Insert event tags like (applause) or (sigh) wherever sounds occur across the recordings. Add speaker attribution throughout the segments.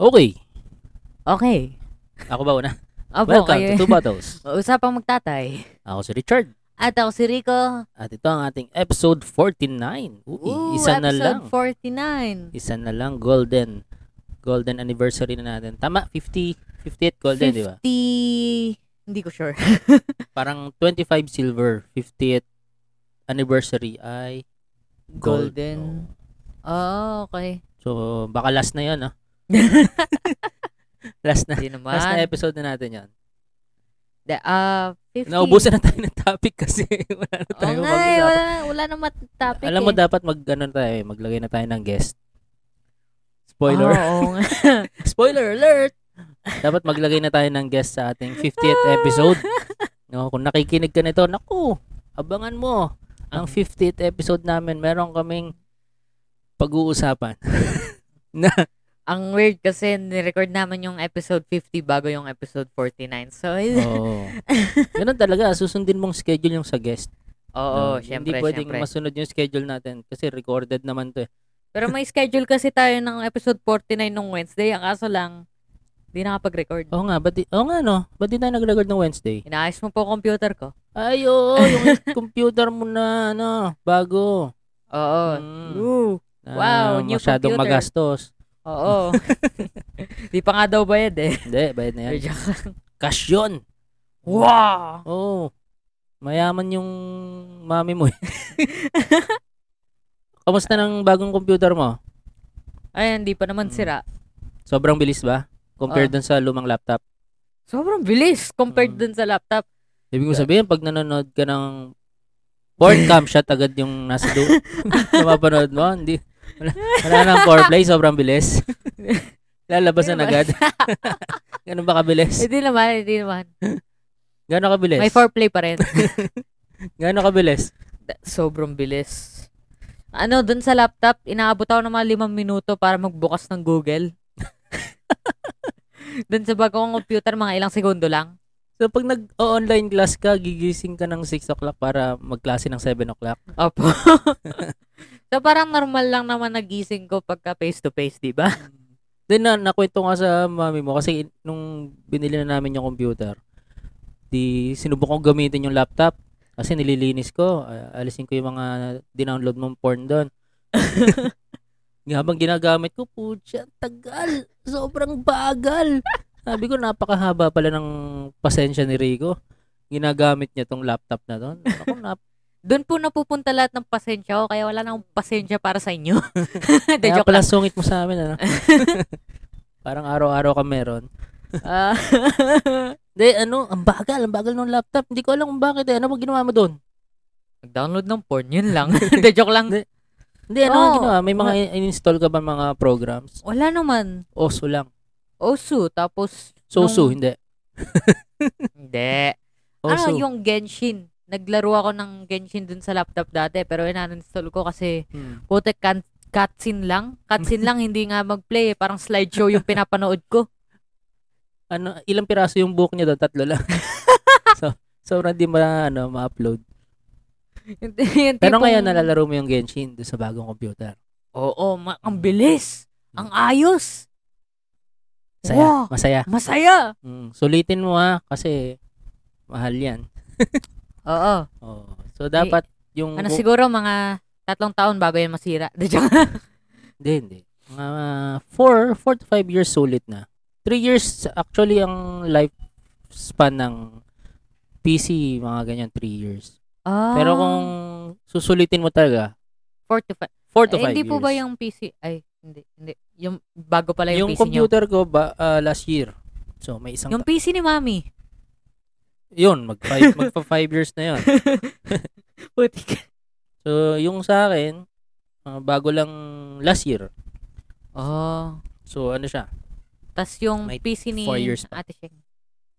Speaker 1: Okay.
Speaker 2: Okay.
Speaker 1: Ako ba
Speaker 2: (laughs)
Speaker 1: una?
Speaker 2: Apo,
Speaker 1: Welcome
Speaker 2: kayo-
Speaker 1: to Two Bottles.
Speaker 2: (laughs) Usapang magtatay.
Speaker 1: Ako si Richard.
Speaker 2: At ako si Rico.
Speaker 1: At ito ang ating episode 49. Uy,
Speaker 2: Ooh,
Speaker 1: isa na lang.
Speaker 2: episode 49.
Speaker 1: Isa na lang golden. Golden anniversary na natin. Tama, 50, 50th golden, di ba?
Speaker 2: 50... Hindi ko sure. (laughs)
Speaker 1: Parang 25 silver, 50th anniversary ay gold.
Speaker 2: Golden. Oh, okay.
Speaker 1: So, baka last na yun, ah. last na. (laughs)
Speaker 2: Hindi
Speaker 1: Last na
Speaker 2: naman.
Speaker 1: episode na natin yan.
Speaker 2: The, ah, 50.
Speaker 1: Naubusan na tayo ng topic kasi (laughs) wala na
Speaker 2: Oo
Speaker 1: tayo
Speaker 2: nga eh,
Speaker 1: mapag-usapan.
Speaker 2: wala, wala naman topic
Speaker 1: Alam mo
Speaker 2: eh.
Speaker 1: dapat mag ano na tayo, eh, maglagay na tayo ng guest. Spoiler.
Speaker 2: Oo, oo nga.
Speaker 1: (laughs) Spoiler (laughs) alert. Dapat maglagay na tayo ng guest sa ating 50th
Speaker 2: Ah.
Speaker 1: episode. No, kung nakikinig ka nito, naku, abangan mo. Ang 50th episode namin, meron kaming pag-uusapan.
Speaker 2: (laughs) Ang weird kasi nirecord naman yung episode 50 bago yung episode 49. So, (laughs) oo, (laughs)
Speaker 1: Oo. (laughs) Ganun talaga, susundin mong schedule yung sa guest.
Speaker 2: oh,
Speaker 1: No,
Speaker 2: syempre,
Speaker 1: Hindi pwedeng
Speaker 2: syempre.
Speaker 1: masunod yung schedule natin kasi recorded naman to eh.
Speaker 2: Pero may schedule kasi tayo ng episode 49 nung Wednesday. Ang kaso lang, di nakapag-record.
Speaker 1: Oo nga, ba't di, oo nga no, ba't di tayo nag-record ng Wednesday?
Speaker 2: Inaayos mo po computer ko.
Speaker 1: Ay, oo, yung
Speaker 2: (laughs)
Speaker 1: computer mo na, ano, bago.
Speaker 2: Oo.
Speaker 1: Mm.
Speaker 2: Ooh.
Speaker 1: Na
Speaker 2: Wow, new
Speaker 1: masyadong
Speaker 2: computer.
Speaker 1: magastos.
Speaker 2: Oo. (laughs) Di pa nga daw bayad eh.
Speaker 1: Hindi, bayad na yan.
Speaker 2: Joke.
Speaker 1: Cash yun.
Speaker 2: wow!
Speaker 1: Oo. Oh, mayaman yung mami mo (laughs) eh. Kamusta ng bagong computer mo?
Speaker 2: Ay, hindi pa naman
Speaker 1: Mm.
Speaker 2: sira.
Speaker 1: Sobrang bilis ba? Compared
Speaker 2: Ah.
Speaker 1: dun sa lumang laptop?
Speaker 2: Sobrang bilis compared
Speaker 1: Mm.
Speaker 2: dun sa
Speaker 1: (laughs)
Speaker 2: laptop.
Speaker 1: Ibig ko sabihin, pag nanonood ka ng
Speaker 2: (laughs)
Speaker 1: porn cam shot agad yung nasa do. Napapanood mo, hindi. Wala, wala nang foreplay, sobrang
Speaker 2: (laughs)
Speaker 1: bilis. Lalabasan
Speaker 2: Hindi naman.
Speaker 1: agad. Ganun ba kabilis?
Speaker 2: (laughs) Hindi naman, hindi naman.
Speaker 1: Gano'n kabilis?
Speaker 2: May foreplay pa rin.
Speaker 1: Gano'n kabilis?
Speaker 2: Da- Sobrang bilis. Ano, dun sa laptop, inaabot ako ng mga limang minuto para magbukas ng Google. (laughs) dun sa bago kong computer, mga ilang segundo lang.
Speaker 1: So pag nag-online class ka, gigising ka ng 6 o'clock para magklase ng 7 o'clock.
Speaker 2: Opo. (laughs) so, parang normal lang naman nagising ko pagka face-to-face, di ba?
Speaker 1: Then na, nakwento nga sa mami mo kasi in- nung binili na namin yung computer, di sinubok ko gamitin yung laptop kasi nililinis ko. Ah, alisin ko yung mga dinownload mong porn doon. (laughs) Habang ginagamit ko, putya, tagal. Sobrang bagal. Sabi ko, napakahaba pala ng pasensya ni Rico. Ginagamit niya tong laptop na to. Ako, nap-
Speaker 2: Doon po napupunta lahat ng pasensya ko, kaya wala na akong pasensya para sa inyo. (laughs) De,
Speaker 1: Kaya
Speaker 2: joke
Speaker 1: pala
Speaker 2: lang.
Speaker 1: sungit mo sa amin,
Speaker 2: (laughs)
Speaker 1: ano? Parang araw-araw ka meron.
Speaker 2: Ah, (laughs)
Speaker 1: Hindi, ano, ang bagal, ang bagal ng laptop. Hindi ko alam kung bakit eh. Ano ba ginawa mo doon?
Speaker 2: Mag-download ng porn, yun lang. (laughs) De, joke lang.
Speaker 1: Hindi, ano ang
Speaker 2: Oo.
Speaker 1: ginawa? May mga in-install ka ba mga programs?
Speaker 2: Wala naman.
Speaker 1: Oso lang.
Speaker 2: Osu, tapos...
Speaker 1: Soso,
Speaker 2: nung-
Speaker 1: hindi.
Speaker 2: Hindi.
Speaker 1: Oso.
Speaker 2: Ano, yung Genshin. Naglaro ako ng Genshin dun sa laptop dati, pero in-uninstall ko kasi
Speaker 1: Hmm.
Speaker 2: putek kan cutscene lang. (laughs) Cutscene lang, hindi nga mag-play. eh. Parang slideshow yung pinapanood (laughs) ko.
Speaker 1: Ano, ilang piraso yung book niya doon? Tatlo
Speaker 2: (laughs)
Speaker 1: lang. so, sobrang di ma, ano, ma-upload.
Speaker 2: Yung- yung
Speaker 1: Pero
Speaker 2: tipong-
Speaker 1: ngayon, nalalaro mo yung Genshin doon sa bagong computer.
Speaker 2: Oo, ma- ang bilis. Ang ayos.
Speaker 1: Masaya.
Speaker 2: Wow.
Speaker 1: Masaya.
Speaker 2: Masaya.
Speaker 1: Mm. Sulitin mo ha, kasi mahal yan.
Speaker 2: Oo.
Speaker 1: Oo. So, dapat yung...
Speaker 2: Ano siguro mga tatlong taon bago yan masira. (laughs) Di, joke.
Speaker 1: Hindi, hindi. Mga 4 4 to 5 years solid na. 3 years actually ang lifespan ng PC, mga ganyan 3 years.
Speaker 2: Ah,
Speaker 1: Pero kung susulitin mo talaga,
Speaker 2: four to five.
Speaker 1: 4 to 5
Speaker 2: Eh, hindi
Speaker 1: years.
Speaker 2: po ba yung PC? Ay, hindi, hindi. Yung bago pala yung,
Speaker 1: yung
Speaker 2: PC niyo.
Speaker 1: computer ko ba ah, last year. So may isang
Speaker 2: Yung PC ni (laughs) Mami.
Speaker 1: ta- yun, mag five, (laughs) magpa 5 years na yun.
Speaker 2: Putik.
Speaker 1: So yung sa akin, ah, bago lang last year.
Speaker 2: Oh.
Speaker 1: So ano siya?
Speaker 2: Tapos yung
Speaker 1: May
Speaker 2: PC ni
Speaker 1: four years pa.
Speaker 2: Ate Sheng.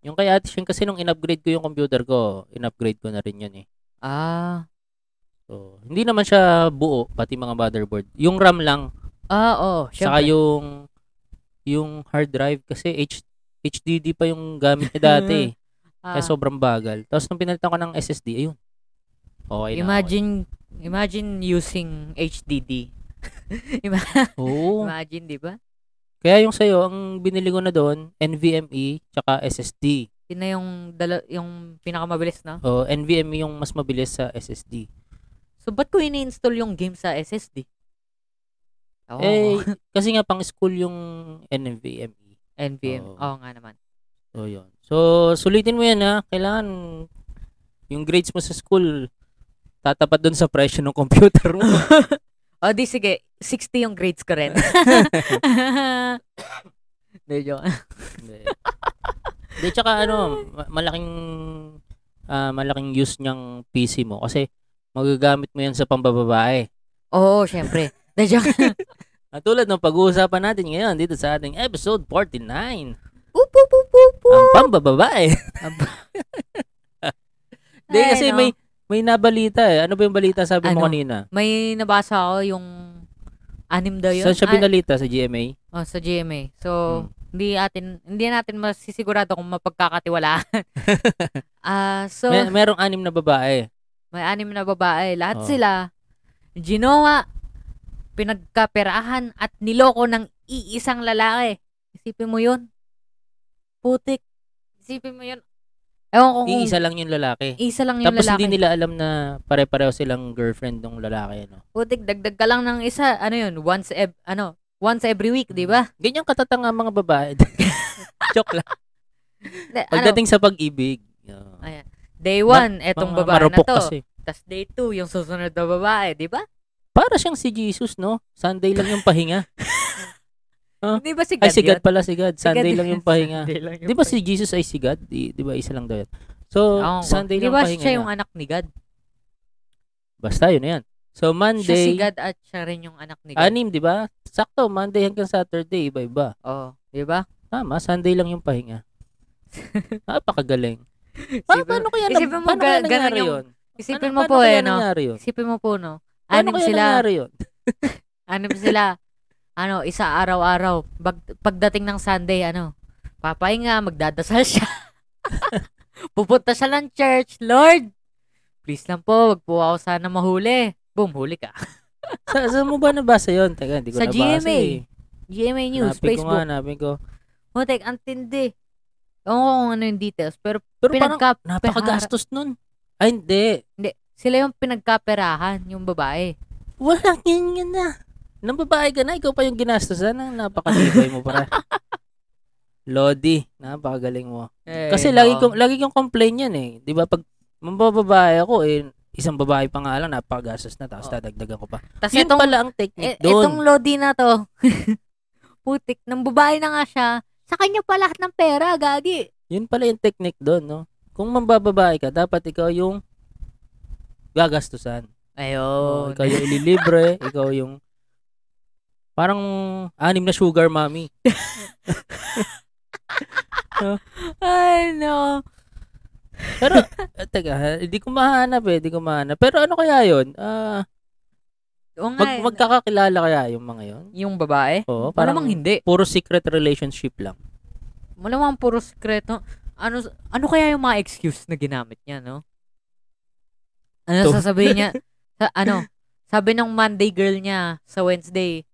Speaker 1: Yung kay Ate Sheng kasi nung in-upgrade ko yung computer ko, in-upgrade ko na rin yun eh.
Speaker 2: Ah.
Speaker 1: So, hindi naman siya buo, pati mga motherboard. Yung RAM lang,
Speaker 2: Ah, oo.
Speaker 1: saka
Speaker 2: syempre.
Speaker 1: yung, yung hard drive kasi H, HDD pa yung gamit niya
Speaker 2: (laughs)
Speaker 1: dati. eh.
Speaker 2: Ah,
Speaker 1: Kaya sobrang bagal. Tapos nung pinalitan ko ng SSD, ayun. Okay na.
Speaker 2: Ah, imagine Imagine using HDD. Ima- (laughs)
Speaker 1: Oo.
Speaker 2: Imagine, di ba?
Speaker 1: Kaya yung sa'yo, ang binili ko na doon, NVMe tsaka SSD.
Speaker 2: Yun na yung, dala- yung pinakamabilis, no?
Speaker 1: O, NVMe yung mas mabilis sa SSD.
Speaker 2: So, ba't ko ini-install yung game sa SSD? Oo,
Speaker 1: Eh, (laughs) kasi nga pang school yung NVMe.
Speaker 2: NVM.
Speaker 1: oo.
Speaker 2: Oo nga naman.
Speaker 1: So, yun. So, sulitin mo yan ha. Kailangan yung grades mo sa school tatapat doon sa presyo ng computer mo.
Speaker 2: O, di sige. 60 yung grades
Speaker 1: (laughs)
Speaker 2: ko rin. Hindi, joke.
Speaker 1: Hindi. Hindi, tsaka ano, ma- malaking ah, malaking use niyang PC mo kasi magagamit mo yan sa pambababae.
Speaker 2: Oo, syempre. Hindi,
Speaker 1: (laughs)
Speaker 2: joke.
Speaker 1: At tulad ng pag-uusapan natin ngayon dito sa ating episode 49,
Speaker 2: Oop, oop, oop, oop, oop.
Speaker 1: ang pambababae. Hindi
Speaker 2: Ay,
Speaker 1: kasi
Speaker 2: no.
Speaker 1: may may nabalita eh. Ano ba yung balita sabi mo
Speaker 2: Ano?
Speaker 1: kanina?
Speaker 2: May nabasa ako yung anim daw yun.
Speaker 1: Saan siya
Speaker 2: Ah,
Speaker 1: binalita? Sa GMA?
Speaker 2: Oh, sa GMA.
Speaker 1: Hmm.
Speaker 2: So, hindi atin hindi natin masisigurado kung
Speaker 1: (laughs)
Speaker 2: mapagkakatiwalaan. Ah, so
Speaker 1: May,
Speaker 2: may,
Speaker 1: merong anim na babae.
Speaker 2: anim na babae, lahat
Speaker 1: Oh.
Speaker 2: sila ginawa, pinagkaperahan at niloko ng iisang lalaki. Isipin mo 'yun. Putik. Isipin mo 'yun. Ewan ko kung isa,
Speaker 1: Iisa lang yung lalaki.
Speaker 2: lang yung
Speaker 1: Tapos
Speaker 2: lalaki.
Speaker 1: hindi nila alam na pare-pareho silang girlfriend ng lalaki. No?
Speaker 2: Putik, dagdag ka lang ng isa, ano 'yun, once ev- ano, once every week, 'di ba?
Speaker 1: Ganyan katatanga mga babae. (laughs) Joke
Speaker 2: Ano?
Speaker 1: lang.
Speaker 2: Na- ano,
Speaker 1: Pagdating sa pag-ibig. no.
Speaker 2: Ay, Ano, day one,
Speaker 1: Mga
Speaker 2: etong babae na
Speaker 1: marupok
Speaker 2: to.
Speaker 1: kasi.
Speaker 2: Tapos day 2, yung susunod na babae, di ba?
Speaker 1: Para siyang si Jesus, no? Sunday lang yung pahinga. Huh?
Speaker 2: Di ba si God
Speaker 1: Ay, si God
Speaker 2: yun?
Speaker 1: pala, si God.
Speaker 2: Si God
Speaker 1: Sunday
Speaker 2: yun.
Speaker 1: lang yung pahinga.
Speaker 2: Sunday lang yung
Speaker 1: Di ba
Speaker 2: pahinga.
Speaker 1: si Jesus ay si God? Di, di ba isa lang daw yun? So,
Speaker 2: Oo.
Speaker 1: Sunday
Speaker 2: Di
Speaker 1: lang
Speaker 2: ba
Speaker 1: pahinga
Speaker 2: siya
Speaker 1: niya.
Speaker 2: yung anak ni God?
Speaker 1: Basta yun na yan. So,
Speaker 2: Siya si
Speaker 1: Monday,
Speaker 2: God at siya rin yung anak ni God.
Speaker 1: anim, di ba? Sakto, Monday hanggang Saturday, iba-iba.
Speaker 2: Oo. Di ba?
Speaker 1: Tama, Sunday lang yung
Speaker 2: (laughs)
Speaker 1: pahinga. Napakagaling. Pa- (laughs)
Speaker 2: Isipin-
Speaker 1: paano kaya, na,
Speaker 2: isipin mo
Speaker 1: paano
Speaker 2: ga-
Speaker 1: kaya
Speaker 2: ganun
Speaker 1: nangyari
Speaker 2: yung-
Speaker 1: yun?
Speaker 2: Isipin
Speaker 1: Ano-
Speaker 2: mo
Speaker 1: paano
Speaker 2: po
Speaker 1: kaya
Speaker 2: eh, no?
Speaker 1: nangyari yun?
Speaker 2: Isipin mo po, no?
Speaker 1: Paano
Speaker 2: Anim
Speaker 1: kaya
Speaker 2: sila,
Speaker 1: nangyari yun?
Speaker 2: anim sila, ano, isa araw-araw. Bag- pagdating ng Sunday, ano, papahinga, magdadasal siya. (laughs) Pupunta siya ng church. Lord, please lang po, wag po ako sana mahuli. Boom, huli ka.
Speaker 1: (laughs) Sa, saan mo ba nabasa yun? Teka, hindi ko
Speaker 2: Sa
Speaker 1: nabasa
Speaker 2: GMA,
Speaker 1: eh.
Speaker 2: GMA News,
Speaker 1: Hanapin ko
Speaker 2: Facebook.
Speaker 1: nga, hanapin ko.
Speaker 2: Putek, Oh, ang tindi. Oo, kung ano yung details. Pero
Speaker 1: Pero parang
Speaker 2: pinagka...
Speaker 1: napakagastos nun. Ay, hindi.
Speaker 2: Hindi, sila yung pinagkaperahan, yung babae.
Speaker 1: Walang ganyan na. Nang babae ka na, ikaw pa yung ginastosan. Ang napakatibay mo para. (laughs) Lodi, napakagaling mo. oh. Kasi lagi kong lagi kong complain yan eh. 'Di ba pag mabababae ako eh isang babae pa nga lang napakagastos na tapos
Speaker 2: Oo.
Speaker 1: dadagdagan ko pa.
Speaker 2: Tapos
Speaker 1: Yun
Speaker 2: itong,
Speaker 1: pala ang technique
Speaker 2: eh,
Speaker 1: doon.
Speaker 2: itong Lodi na to, (laughs) putik, ng babae na nga siya, sa kanya pa lahat ng pera, gagi.
Speaker 1: Yun pala yung technique doon, no? Kung mabababae ka, dapat ikaw yung gagastusan. Oo,
Speaker 2: Ayun.
Speaker 1: ikaw yung
Speaker 2: (laughs)
Speaker 1: ililibre, ikaw yung parang anim na sugar mommy.
Speaker 2: Ay, no.
Speaker 1: Pero, eh, teka, ha, hindi ko mahanap eh, hindi ko mahanap. Pero ano kaya yun? Ah,
Speaker 2: O nga,
Speaker 1: mag,
Speaker 2: eh,
Speaker 1: magkakakilala kaya yung mga yun?
Speaker 2: yung babae?
Speaker 1: Oo, parang
Speaker 2: Malamang hindi.
Speaker 1: puro secret relationship lang.
Speaker 2: Malamang puro sekreto. Ano, ano kaya yung mga excuse na ginamit niya, no? Ano
Speaker 1: To.
Speaker 2: sasabihin
Speaker 1: (laughs)
Speaker 2: niya? sa, ano? Sabi ng Monday girl niya sa Wednesday,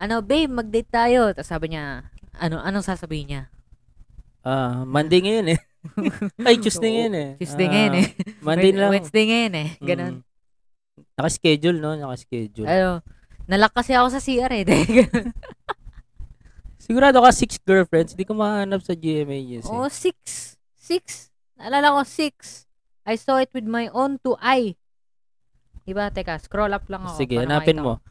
Speaker 2: ano, babe, mag-date tayo. Tapos sabi niya, ano, anong sasabihin niya?
Speaker 1: Ah, Monday
Speaker 2: (laughs)
Speaker 1: ngayon eh. Ay, Tuesday ngayon eh.
Speaker 2: Tuesday
Speaker 1: Ah,
Speaker 2: ngayon eh.
Speaker 1: Monday na lang.
Speaker 2: Wednesday ngayon eh. Ganun.
Speaker 1: Mm. Nakaschedule, no? Nakaschedule.
Speaker 2: Ano, nalak kasi ako sa CR eh. (laughs) Ganun.
Speaker 1: Sigurado ka six girlfriends, hindi ko mahanap sa GMA news eh.
Speaker 2: oh, six. Six. Naalala ko, six. I saw it with my own two eye. Diba? Teka, scroll up lang ako.
Speaker 1: Sige,
Speaker 2: para
Speaker 1: hanapin
Speaker 2: makita ko.
Speaker 1: mo.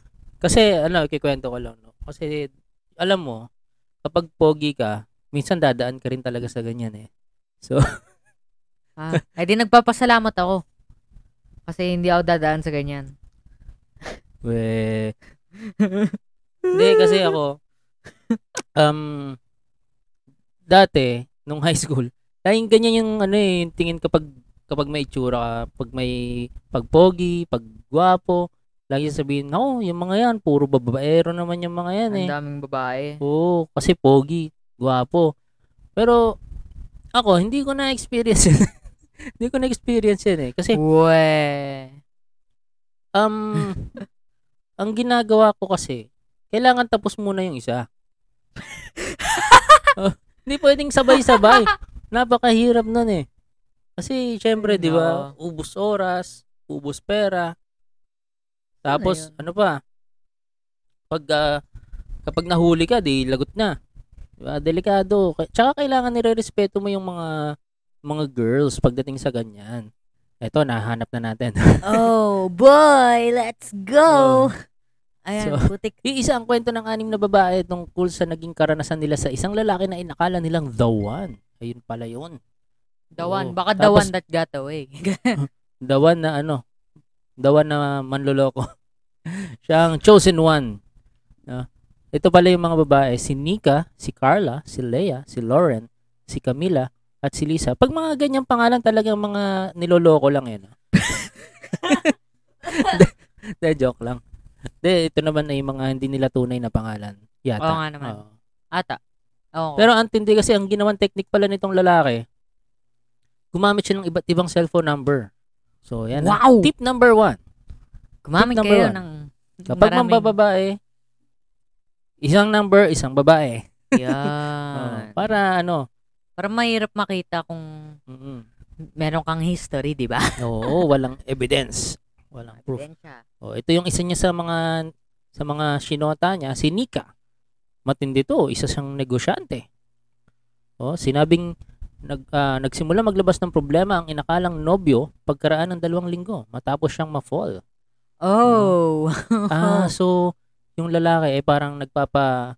Speaker 1: Kasi, ano, kikwento ko lang, no? Kasi, alam mo, kapag pogi ka, minsan dadaan ka rin talaga sa ganyan, eh.
Speaker 2: Ah, eh di nagpapasalamat ako. Kasi hindi ako dadaan sa ganyan.
Speaker 1: We... (laughs) Hindi, kasi ako, um, dati, nung high school, laging ganyan yung, ano eh, yung tingin kapag, kapag may itsura ka, pag may, pag pogi, pag gwapo, lagi sabihin, ako, yung mga yan, puro babaero naman yung mga yan, eh.
Speaker 2: Ang daming babae.
Speaker 1: Oo, kasi pogi, gwapo. Pero ako, hindi ko (laughs) na experience. hindi ko na experience 'yan eh kasi
Speaker 2: We.
Speaker 1: Um, ang ginagawa ko kasi, kailangan tapos muna yung isa. Oh, hindi pwedeng sabay-sabay. Napakahirap nun eh. Kasi, syempre, di ba, ubus oras, ubus pera. Tapos,
Speaker 2: yun?
Speaker 1: ano pa, pag, ah, kapag nahuli ka, di lagot na. Di ba? Delikado. K- Tsaka kailangan nire-respeto mo yung mga mga girls pagdating sa ganyan. Eto, nahanap na natin.
Speaker 2: oh, boy, let's
Speaker 1: Oh.
Speaker 2: go. Ayan,
Speaker 1: So-
Speaker 2: putik.
Speaker 1: Iisa ang kwento ng anim na babae tungkol sa naging karanasan nila sa isang lalaki na inakala nilang the one. Ayun pala yun.
Speaker 2: Dawan,
Speaker 1: Oo. Oh,
Speaker 2: baka
Speaker 1: Tapos-
Speaker 2: dawan that (laughs) got away.
Speaker 1: The one na ano, the one na manloloko. (laughs) Siya ang chosen one. No? Ito pala yung mga babae, si Nika, si Carla, si Leia, si Lauren, si Camila, at si Lisa. Pag mga ganyang pangalan talagang mga niloloko lang yan.
Speaker 2: (laughs)
Speaker 1: ah. Hindi, joke lang. Hindi, ito naman ay mga hindi nila tunay na pangalan. Yata.
Speaker 2: Oo nga naman.
Speaker 1: Oo.
Speaker 2: Ata.
Speaker 1: Oh.
Speaker 2: Oo.
Speaker 1: Pero ang tindi kasi ang ginawan technique pala nitong lalaki, gumamit siya ng iba't ibang cellphone number. So, yan. ah.
Speaker 2: wow!
Speaker 1: Tip number one. tip
Speaker 2: Gumamit
Speaker 1: number
Speaker 2: kayo
Speaker 1: one.
Speaker 2: ng
Speaker 1: Kapag
Speaker 2: maraming-
Speaker 1: mambababae, isang number, isang babae.
Speaker 2: Yan.
Speaker 1: Oo, para ano,
Speaker 2: Para mahirap makita kung
Speaker 1: mm,
Speaker 2: meron kang history, di ba?
Speaker 1: oo, walang evidence. Walang proof.
Speaker 2: Ebidensya.
Speaker 1: Oh, ito yung isa niya sa mga sa mga sinota niya, si Nika. Matindi to, isa siyang negosyante. Oh, sinabing nag ah, nagsimula maglabas ng problema ang inakalang nobyo pagkaraan ng dalawang linggo matapos siyang ma-fall.
Speaker 2: Oh.
Speaker 1: Ah, so yung lalaki eh parang nagpapa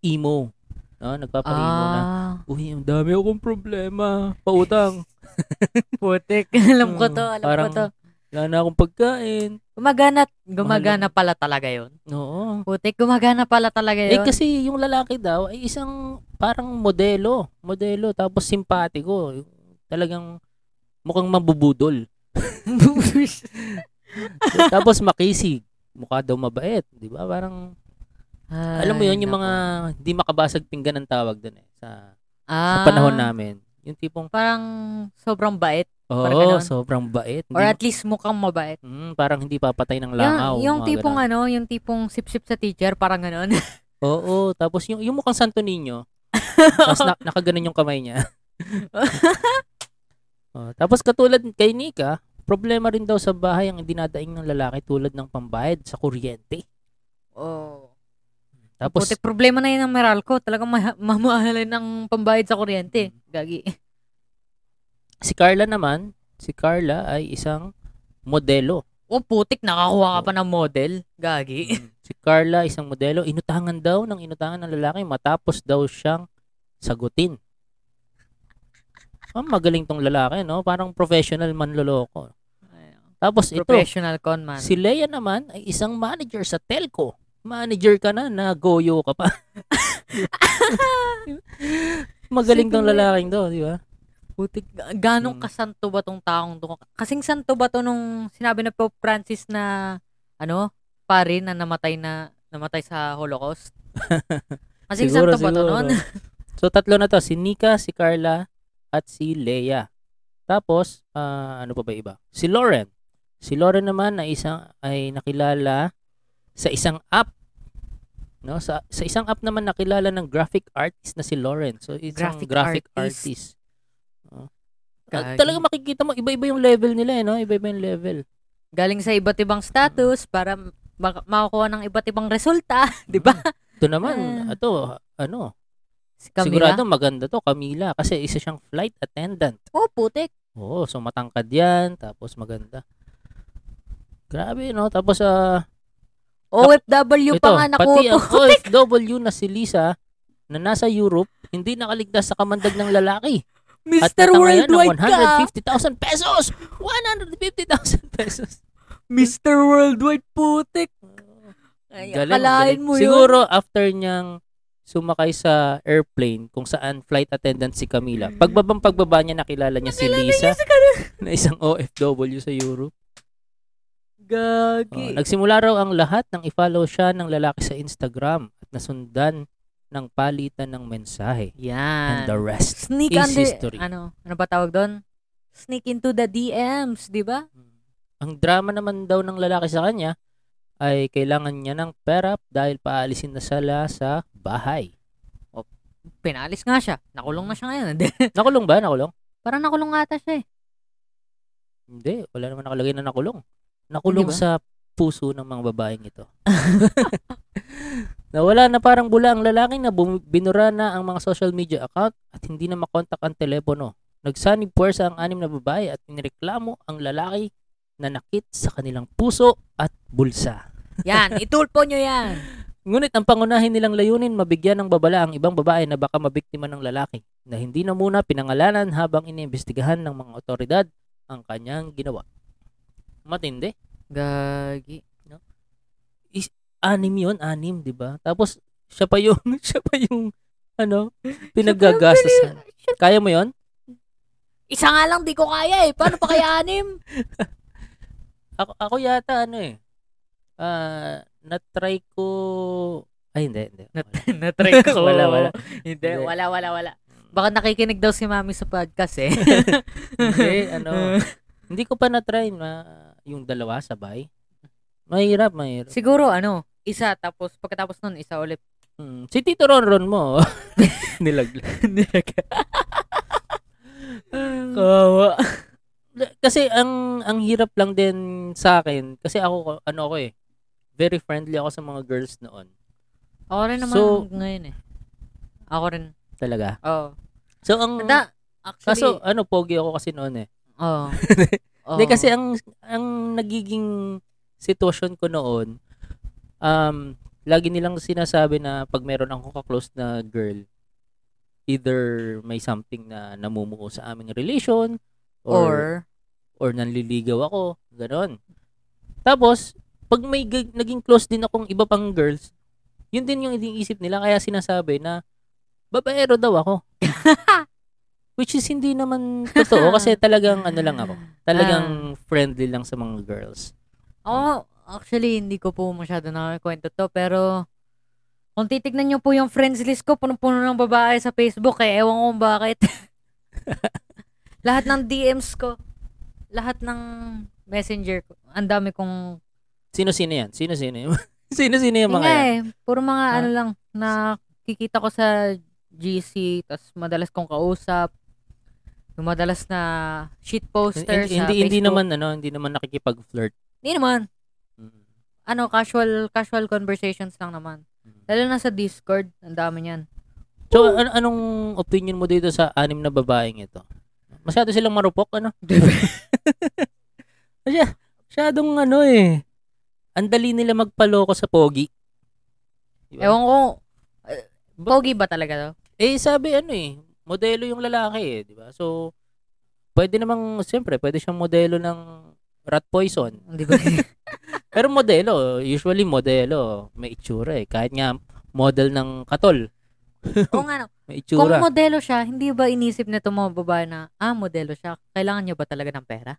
Speaker 1: emo. No, nagpapa-emo na.
Speaker 2: Ah.
Speaker 1: Uy, ang dami akong problema. Pautang.
Speaker 2: putik. (laughs) Hmm. alam ko to,
Speaker 1: Oo,
Speaker 2: alam
Speaker 1: parang
Speaker 2: ko to.
Speaker 1: Wala na akong pagkain.
Speaker 2: Gumagana, gumagana pala talaga yon.
Speaker 1: Oo.
Speaker 2: Putik, gumagana pala talaga
Speaker 1: Eh
Speaker 2: yon. (laughs)
Speaker 1: kasi yung lalaki daw ay isang parang modelo, modelo tapos simpatiko. Yung Talagang mukhang
Speaker 2: (laughs)
Speaker 1: mabubudol. tapos makisig. Mukha daw mabait, 'di ba? Parang alam mo 'yon yung mga hindi makabasag pinggan ang tawag doon eh sa, sa
Speaker 2: Ah.
Speaker 1: panahon namin. Yung tipong
Speaker 2: Parang sobrang bait.
Speaker 1: oh,
Speaker 2: ganun.
Speaker 1: sobrang bait. Hindi,
Speaker 2: Or at least mukhang mabait.
Speaker 1: Mm, parang hindi papatay ng
Speaker 2: Yung-
Speaker 1: langaw.
Speaker 2: yung
Speaker 1: mga
Speaker 2: tipong
Speaker 1: ganun.
Speaker 2: ano, yung tipong sip-sip sa teacher, parang ganun. (laughs)
Speaker 1: Oo, tapos yung, yung mukhang Santo Niño, tapos na, nakaganon yung kamay niya. Oh, tapos katulad kay Nika, problema rin daw sa bahay ang dinadaing ng lalaki tulad ng pambayad sa kuryente.
Speaker 2: oh.
Speaker 1: Tapos,
Speaker 2: Putik, problema na yun ng Meralco. Talagang ma- (laughs) mamahalin ang pambayad sa
Speaker 1: Hmm.
Speaker 2: kuryente. Gagi. (laughs)
Speaker 1: si Carla naman, si Carla ay isang modelo.
Speaker 2: Oh, putik, nakakuha ka pa ng model. Gagi.
Speaker 1: (laughs) si Carla, isang modelo, inutangan daw ng inutangan ng lalaki matapos daw siyang sagutin. Ah, magaling tong lalaki, no? Parang professional manloloko. Tapos ito,
Speaker 2: Professional con man.
Speaker 1: Si Leia naman ay isang manager sa telco. Manager ka na, nagoyo ka
Speaker 2: (laughs)
Speaker 1: pa. Magaling
Speaker 2: Si
Speaker 1: tong
Speaker 2: Leia.
Speaker 1: lalaking to, di ba?
Speaker 2: Putik, ga- ganong
Speaker 1: Mm.
Speaker 2: kasanto ba tong taong to? Kasing santo ba to nung sinabi na Pope Francis na, ano, pare na namatay na, namatay sa
Speaker 1: (laughs)
Speaker 2: Holocaust? Kasing santo ba to nun? (laughs)
Speaker 1: so, tatlo na to. Si Nika, si Carla, at si Leia. Tapos, ah, ano pa ba iba? Si Lauren. Si Lauren naman na isang ay nakilala sa isang app. No, sa sa isang app naman nakilala ng graphic artist na si Lauren. So, isang
Speaker 2: Graphic
Speaker 1: graphic, artist.
Speaker 2: artist.
Speaker 1: Oh. At
Speaker 2: Gagi.
Speaker 1: talaga makikita mo iba-iba yung level nila eh, no? Iba-iba yung level.
Speaker 2: Galing sa iba't ibang status para mak- makakuha ng iba't ibang resulta, (laughs) di ba?
Speaker 1: Ito naman,
Speaker 2: Ah.
Speaker 1: ato, ano,
Speaker 2: Si Camila.
Speaker 1: sigurado maganda to, Camila, kasi isa siyang flight attendant.
Speaker 2: Oh, putik.
Speaker 1: Oo, so matangkad yan, tapos maganda. Grabe, no? Tapos, ah,
Speaker 2: OFW
Speaker 1: ito,
Speaker 2: pa nga
Speaker 1: pati
Speaker 2: nakuha (laughs)
Speaker 1: ang OFW na si Lisa, na nasa Europe, hindi nakaligtas sa kamandag ng lalaki. At
Speaker 2: Mr.
Speaker 1: natanggayan ng
Speaker 2: Worldwide ka!
Speaker 1: 150,000 pesos! 150,000 pesos!
Speaker 2: Mr. Worldwide, putik! Ay,
Speaker 1: Galing,
Speaker 2: akalain
Speaker 1: galing.
Speaker 2: mo yun.
Speaker 1: Siguro after niyang sumakay sa airplane kung saan flight attendant si Camila.
Speaker 2: Mm.
Speaker 1: Pagbabang pagbaba niya nakilala niya si Lisa na isang OFW sa Europe.
Speaker 2: Gagi.
Speaker 1: Oh, nagsimula raw ang lahat nang i-follow siya ng lalaki sa Instagram at nasundan ng palitan ng mensahe.
Speaker 2: Yan.
Speaker 1: And the rest.
Speaker 2: Sneak
Speaker 1: is
Speaker 2: under,
Speaker 1: history.
Speaker 2: ano, ano ba tawag doon? Sneak into the DMs, di ba?
Speaker 1: Ang drama naman daw ng lalaki sa kanya ay kailangan niya ng pera dahil paalisin na sila sa
Speaker 2: (laughs)
Speaker 1: bahay.
Speaker 2: Pinalis nga siya. Nakulong na siya ngayon.
Speaker 1: Nakulong ba? Nakulong?
Speaker 2: (laughs) Parang nakulong nga ata siya eh.
Speaker 1: Hindi. Wala naman nakalagay na nakulong. Nakulong
Speaker 2: Hindi
Speaker 1: sa puso ng mga babaeng ito. (laughs) Nawala na parang bula ang lalaki na bum- binura na ang mga social media account at hindi na makontak ang telepono. Nagsanig puwersa ang anim na babae at nireklamo ang lalaki na nakit sa kanilang puso at bulsa. (laughs)
Speaker 2: Yan, itulpo nyo yan.
Speaker 1: Ngunit ang pangunahin nilang layunin, mabigyan ng babala ang ibang babae na baka mabiktima ng lalaki na hindi na muna pinangalanan habang iniimbestigahan ng mga otoridad ang kanyang ginawa. Matindi.
Speaker 2: Gagi.
Speaker 1: Anim yun, anim, di ba? Tapos, siya pa yung, (laughs) siya pa yung, ano, pinagagastasan. Kaya mo yon?
Speaker 2: Isa nga lang di ko kaya eh. Paano pa kaya
Speaker 1: (laughs)
Speaker 2: anim?
Speaker 1: Ako, ako yata, ano eh, ah, natry ko, ay hindi, hindi. Wala.
Speaker 2: (laughs) Na-try (laughs) ko.
Speaker 1: (laughs) Wala, wala.
Speaker 2: Hindi,
Speaker 1: Hindi.
Speaker 2: wala, wala, wala. Baka nakikinig daw si mami sa podcast eh.
Speaker 1: (laughs)
Speaker 2: (laughs)
Speaker 1: Hindi, ano, hindi ko pa na-try na yung dalawa sabay. Mahirap, mahirap.
Speaker 2: Siguro ano, isa tapos pagkatapos nun, isa ulit.
Speaker 1: Mm, si Tito Ronron mo. (laughs) Nilaglag.
Speaker 2: (laughs)
Speaker 1: Kawa. Kasi ang ang hirap lang din sa akin kasi ako ano ako eh very friendly ako sa mga girls noon.
Speaker 2: Ako rin naman
Speaker 1: So-
Speaker 2: ngayon eh. Ako rin. Hmm.
Speaker 1: Talaga.
Speaker 2: Oo.
Speaker 1: So ang
Speaker 2: Tanda, actually,
Speaker 1: kaso ano pogi ako kasi noon eh.
Speaker 2: oo.
Speaker 1: (laughs)
Speaker 2: Oo.
Speaker 1: Hindi kasi ang ang nagiging sitwasyon ko noon um lagi nilang sinasabi na pag meron akong kaklose na girl either may something na namumuo sa aming relation or
Speaker 2: or,
Speaker 1: or nanliligaw ako, ganon. Tapos, pag may g- naging close din akong iba pang girls, yun din yung iniisip nila kaya sinasabi na babaero daw
Speaker 2: (laughs)
Speaker 1: ako. Which is hindi naman totoo
Speaker 2: (laughs)
Speaker 1: kasi talagang ano lang ako.
Speaker 2: Ah.
Speaker 1: Talagang friendly lang sa mga girls.
Speaker 2: Oo, actually, hindi ko po masyado nakakwento to, pero kung titignan nyo po yung friends list ko, punong-puno ng babae sa Facebook, eh, ewan ko kung
Speaker 1: (laughs)
Speaker 2: bakit. lahat ng DMs ko, lahat ng messenger ko, ang dami kong,
Speaker 1: Sino-sino yan? Sino-sino yan? Sino-sino yung (laughs)
Speaker 2: Yun
Speaker 1: mga
Speaker 2: nga
Speaker 1: yan?
Speaker 2: eh, puro mga
Speaker 1: Ah.
Speaker 2: ano lang, nakikita ko sa GC, tas madalas kong kausap, yung madalas na shitposter eh, sa
Speaker 1: Hindi, hindi,
Speaker 2: Facebook.
Speaker 1: hindi naman ano, hindi naman nakikipag-flirt.
Speaker 2: Hindi naman.
Speaker 1: Mm.
Speaker 2: Ano, casual, casual conversations lang naman.
Speaker 1: Mm.
Speaker 2: Lalo na sa Discord, ang dami niyan.
Speaker 1: So, an- anong opinion mo dito sa anim na babaeng ito? Masyado silang marupok, ano? Masya, masyadong ano eh. Ang dali nila magpaloko sa pogi. Di ba?
Speaker 2: (laughs) Ewan ko, eh, pogi ba talaga to?
Speaker 1: Eh, sabi ano eh, modelo yung lalaki eh, di ba? So, pwede namang, siyempre, pwede siyang modelo ng rat poison.
Speaker 2: Hindi ba?
Speaker 1: (laughs) Pero modelo, usually modelo, may itsura eh. Kahit nga model ng katol,
Speaker 2: Oo nga, no.
Speaker 1: may
Speaker 2: kung
Speaker 1: itsura.
Speaker 2: modelo siya, hindi ba inisip na itong mga babae na, ah, modelo siya, kailangan niya ba talaga ng pera?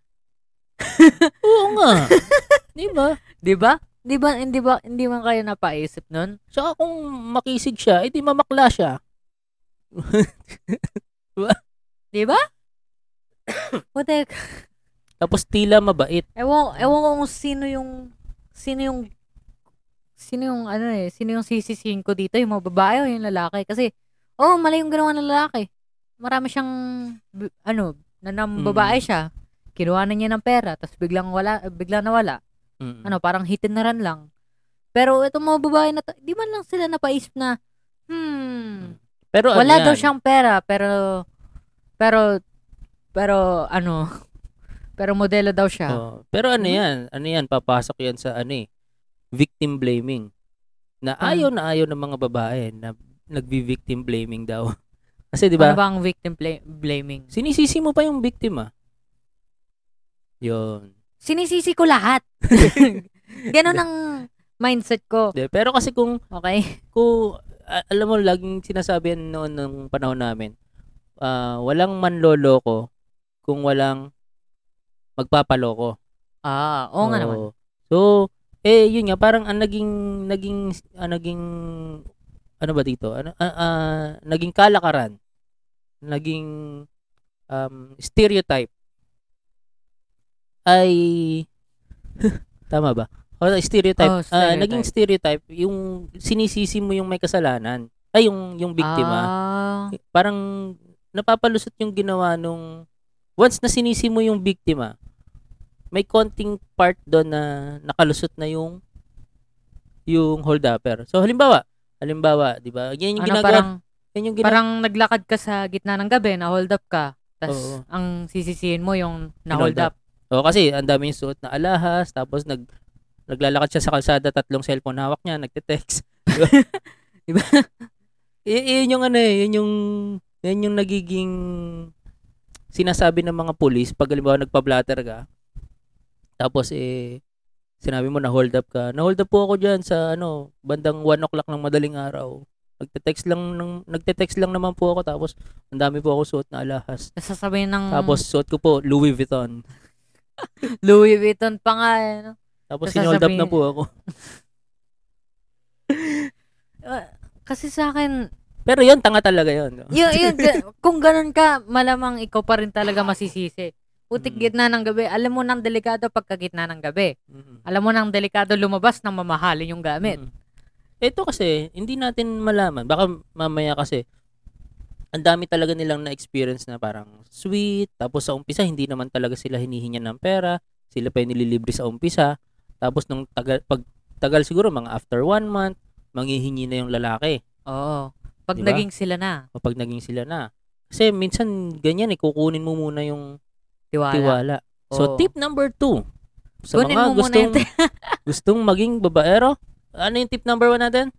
Speaker 1: Oo nga. (laughs) di ba?
Speaker 2: Di ba? Di ba, hindi ba, hindi man kayo napaisip nun?
Speaker 1: Tsaka kung makisig siya, edi mamakla siya.
Speaker 2: Di ba? (coughs) What the heck?
Speaker 1: Tapos tila mabait.
Speaker 2: Ewan, ewan ko kung sino yung, sino yung, sino yung, ano eh, sino yung sisisihin ko dito, yung mga babae o yung lalaki. Kasi, oh, mali yung ginawa ng lalaki. Marami siyang, b- ano, nanam
Speaker 1: Mm.
Speaker 2: babae siya. Kinuha na niya ng pera, tapos biglang wala, bigla nawala.
Speaker 1: Mm.
Speaker 2: Ano, parang hit and run lang. Pero itong mga babae na to, di man lang sila napaisip na, hmm,
Speaker 1: Pero ano
Speaker 2: (laughs) wala
Speaker 1: yan?
Speaker 2: daw siyang pera, pero, pero, pero, ano, pero modelo daw siya.
Speaker 1: Oo. pero ano
Speaker 2: Mhm.
Speaker 1: yan? Ano yan? Papasok yan sa ano eh, victim blaming. Na
Speaker 2: Ah.
Speaker 1: ayaw na ayaw ng mga babae na nagbi-victim blaming daw. (laughs) Kasi di ba,
Speaker 2: Ano ba ang victim bla- blaming?
Speaker 1: sinisisi mo pa yung biktima. Yun.
Speaker 2: Sinisisi ko
Speaker 1: (laughs)
Speaker 2: lahat. (laughs) Ganon ang mindset ko.
Speaker 1: De, pero kasi kung
Speaker 2: Okay?
Speaker 1: ko a- alam mo laging sinasabi yan noon ng panahon namin. ah, walang manloloko kung walang magpapaloko.
Speaker 2: Ah, oo
Speaker 1: oh,
Speaker 2: nga naman.
Speaker 1: So, eh yun nga parang ang naging naging ang naging ano ba dito? Ano ah, ah, naging kalakaran. Naging um, stereotype ay (laughs) Tama ba? O stereotype.
Speaker 2: Oh,
Speaker 1: Ah,
Speaker 2: stereotype.
Speaker 1: naging stereotype yung sinisisi mo yung may kasalanan. Ay yung yung biktima.
Speaker 2: Ah.
Speaker 1: Parang napapalusot yung ginawa nung once na sinisi mo yung biktima, may konting part doon na nakalusot na yung yung hold upper. So halimbawa, halimbawa, 'di ba? Yan yung
Speaker 2: ano,
Speaker 1: ginagawa,
Speaker 2: parang,
Speaker 1: yan yung ginagawa.
Speaker 2: parang naglakad ka sa gitna ng gabi, na-hold up ka.
Speaker 1: Oo.
Speaker 2: Tapos, ang sisisihin mo yung na-hold
Speaker 1: Hinold up.
Speaker 2: up.
Speaker 1: O, kasi ang dami yung suot na alahas, tapos nag naglalakad siya sa kalsada, tatlong cellphone hawak niya, nagte-text. Diba? diba? Y- yun yung ano eh, yun yung, yun yung nagiging sinasabi ng mga pulis pag halimbawa nagpa-blatter ka, tapos eh, sinabi mo na hold up ka. Na hold up po ako dyan sa ano, bandang 1 o'clock ng madaling araw. Nagte-text lang ng nagte-text lang naman po ako tapos ang dami po ako suot na alahas.
Speaker 2: Tapos sasabihin ng
Speaker 1: Tapos suot ko po Louis Vuitton.
Speaker 2: Louis Vuitton pa nga. eh, no?
Speaker 1: Tapos
Speaker 2: Tapos
Speaker 1: hinold up
Speaker 2: sasabihin-
Speaker 1: na po ako.
Speaker 2: Ah, Kasi sa akin,
Speaker 1: Pero yun, tanga talaga yun. no?
Speaker 2: yun,
Speaker 1: (laughs)
Speaker 2: yun, ga- kung ganun ka, malamang ikaw pa rin talaga masisisi.
Speaker 1: Mm.
Speaker 2: Putik gitna ng gabi. Alam mo nang delikado pagka gitna ng gabi.
Speaker 1: Mm-mm.
Speaker 2: Alam mo nang delikado lumabas nang mamahalin yung gamit.
Speaker 1: Mm-mm. Ito kasi, hindi natin malaman. Baka mamaya kasi, ang dami talaga nilang na-experience na parang sweet. Tapos sa umpisa, hindi naman talaga sila hinihinga ng pera. Sila pa yung nililibre sa umpisa. Tapos nung tagal, pag tagal siguro, mga after one month, manghihingi na yung lalaki.
Speaker 2: Oo. Pag
Speaker 1: Diba?
Speaker 2: naging sila na,
Speaker 1: Kapag naging sila na. Kasi minsan, ganyan eh, kukunin mo muna yung
Speaker 2: tiwala.
Speaker 1: tiwala. So
Speaker 2: Oo.
Speaker 1: tip number two. Sa
Speaker 2: Kunin
Speaker 1: mga
Speaker 2: mo muna
Speaker 1: gustong
Speaker 2: yung
Speaker 1: gustong maging babaero, ano yung tip number one natin?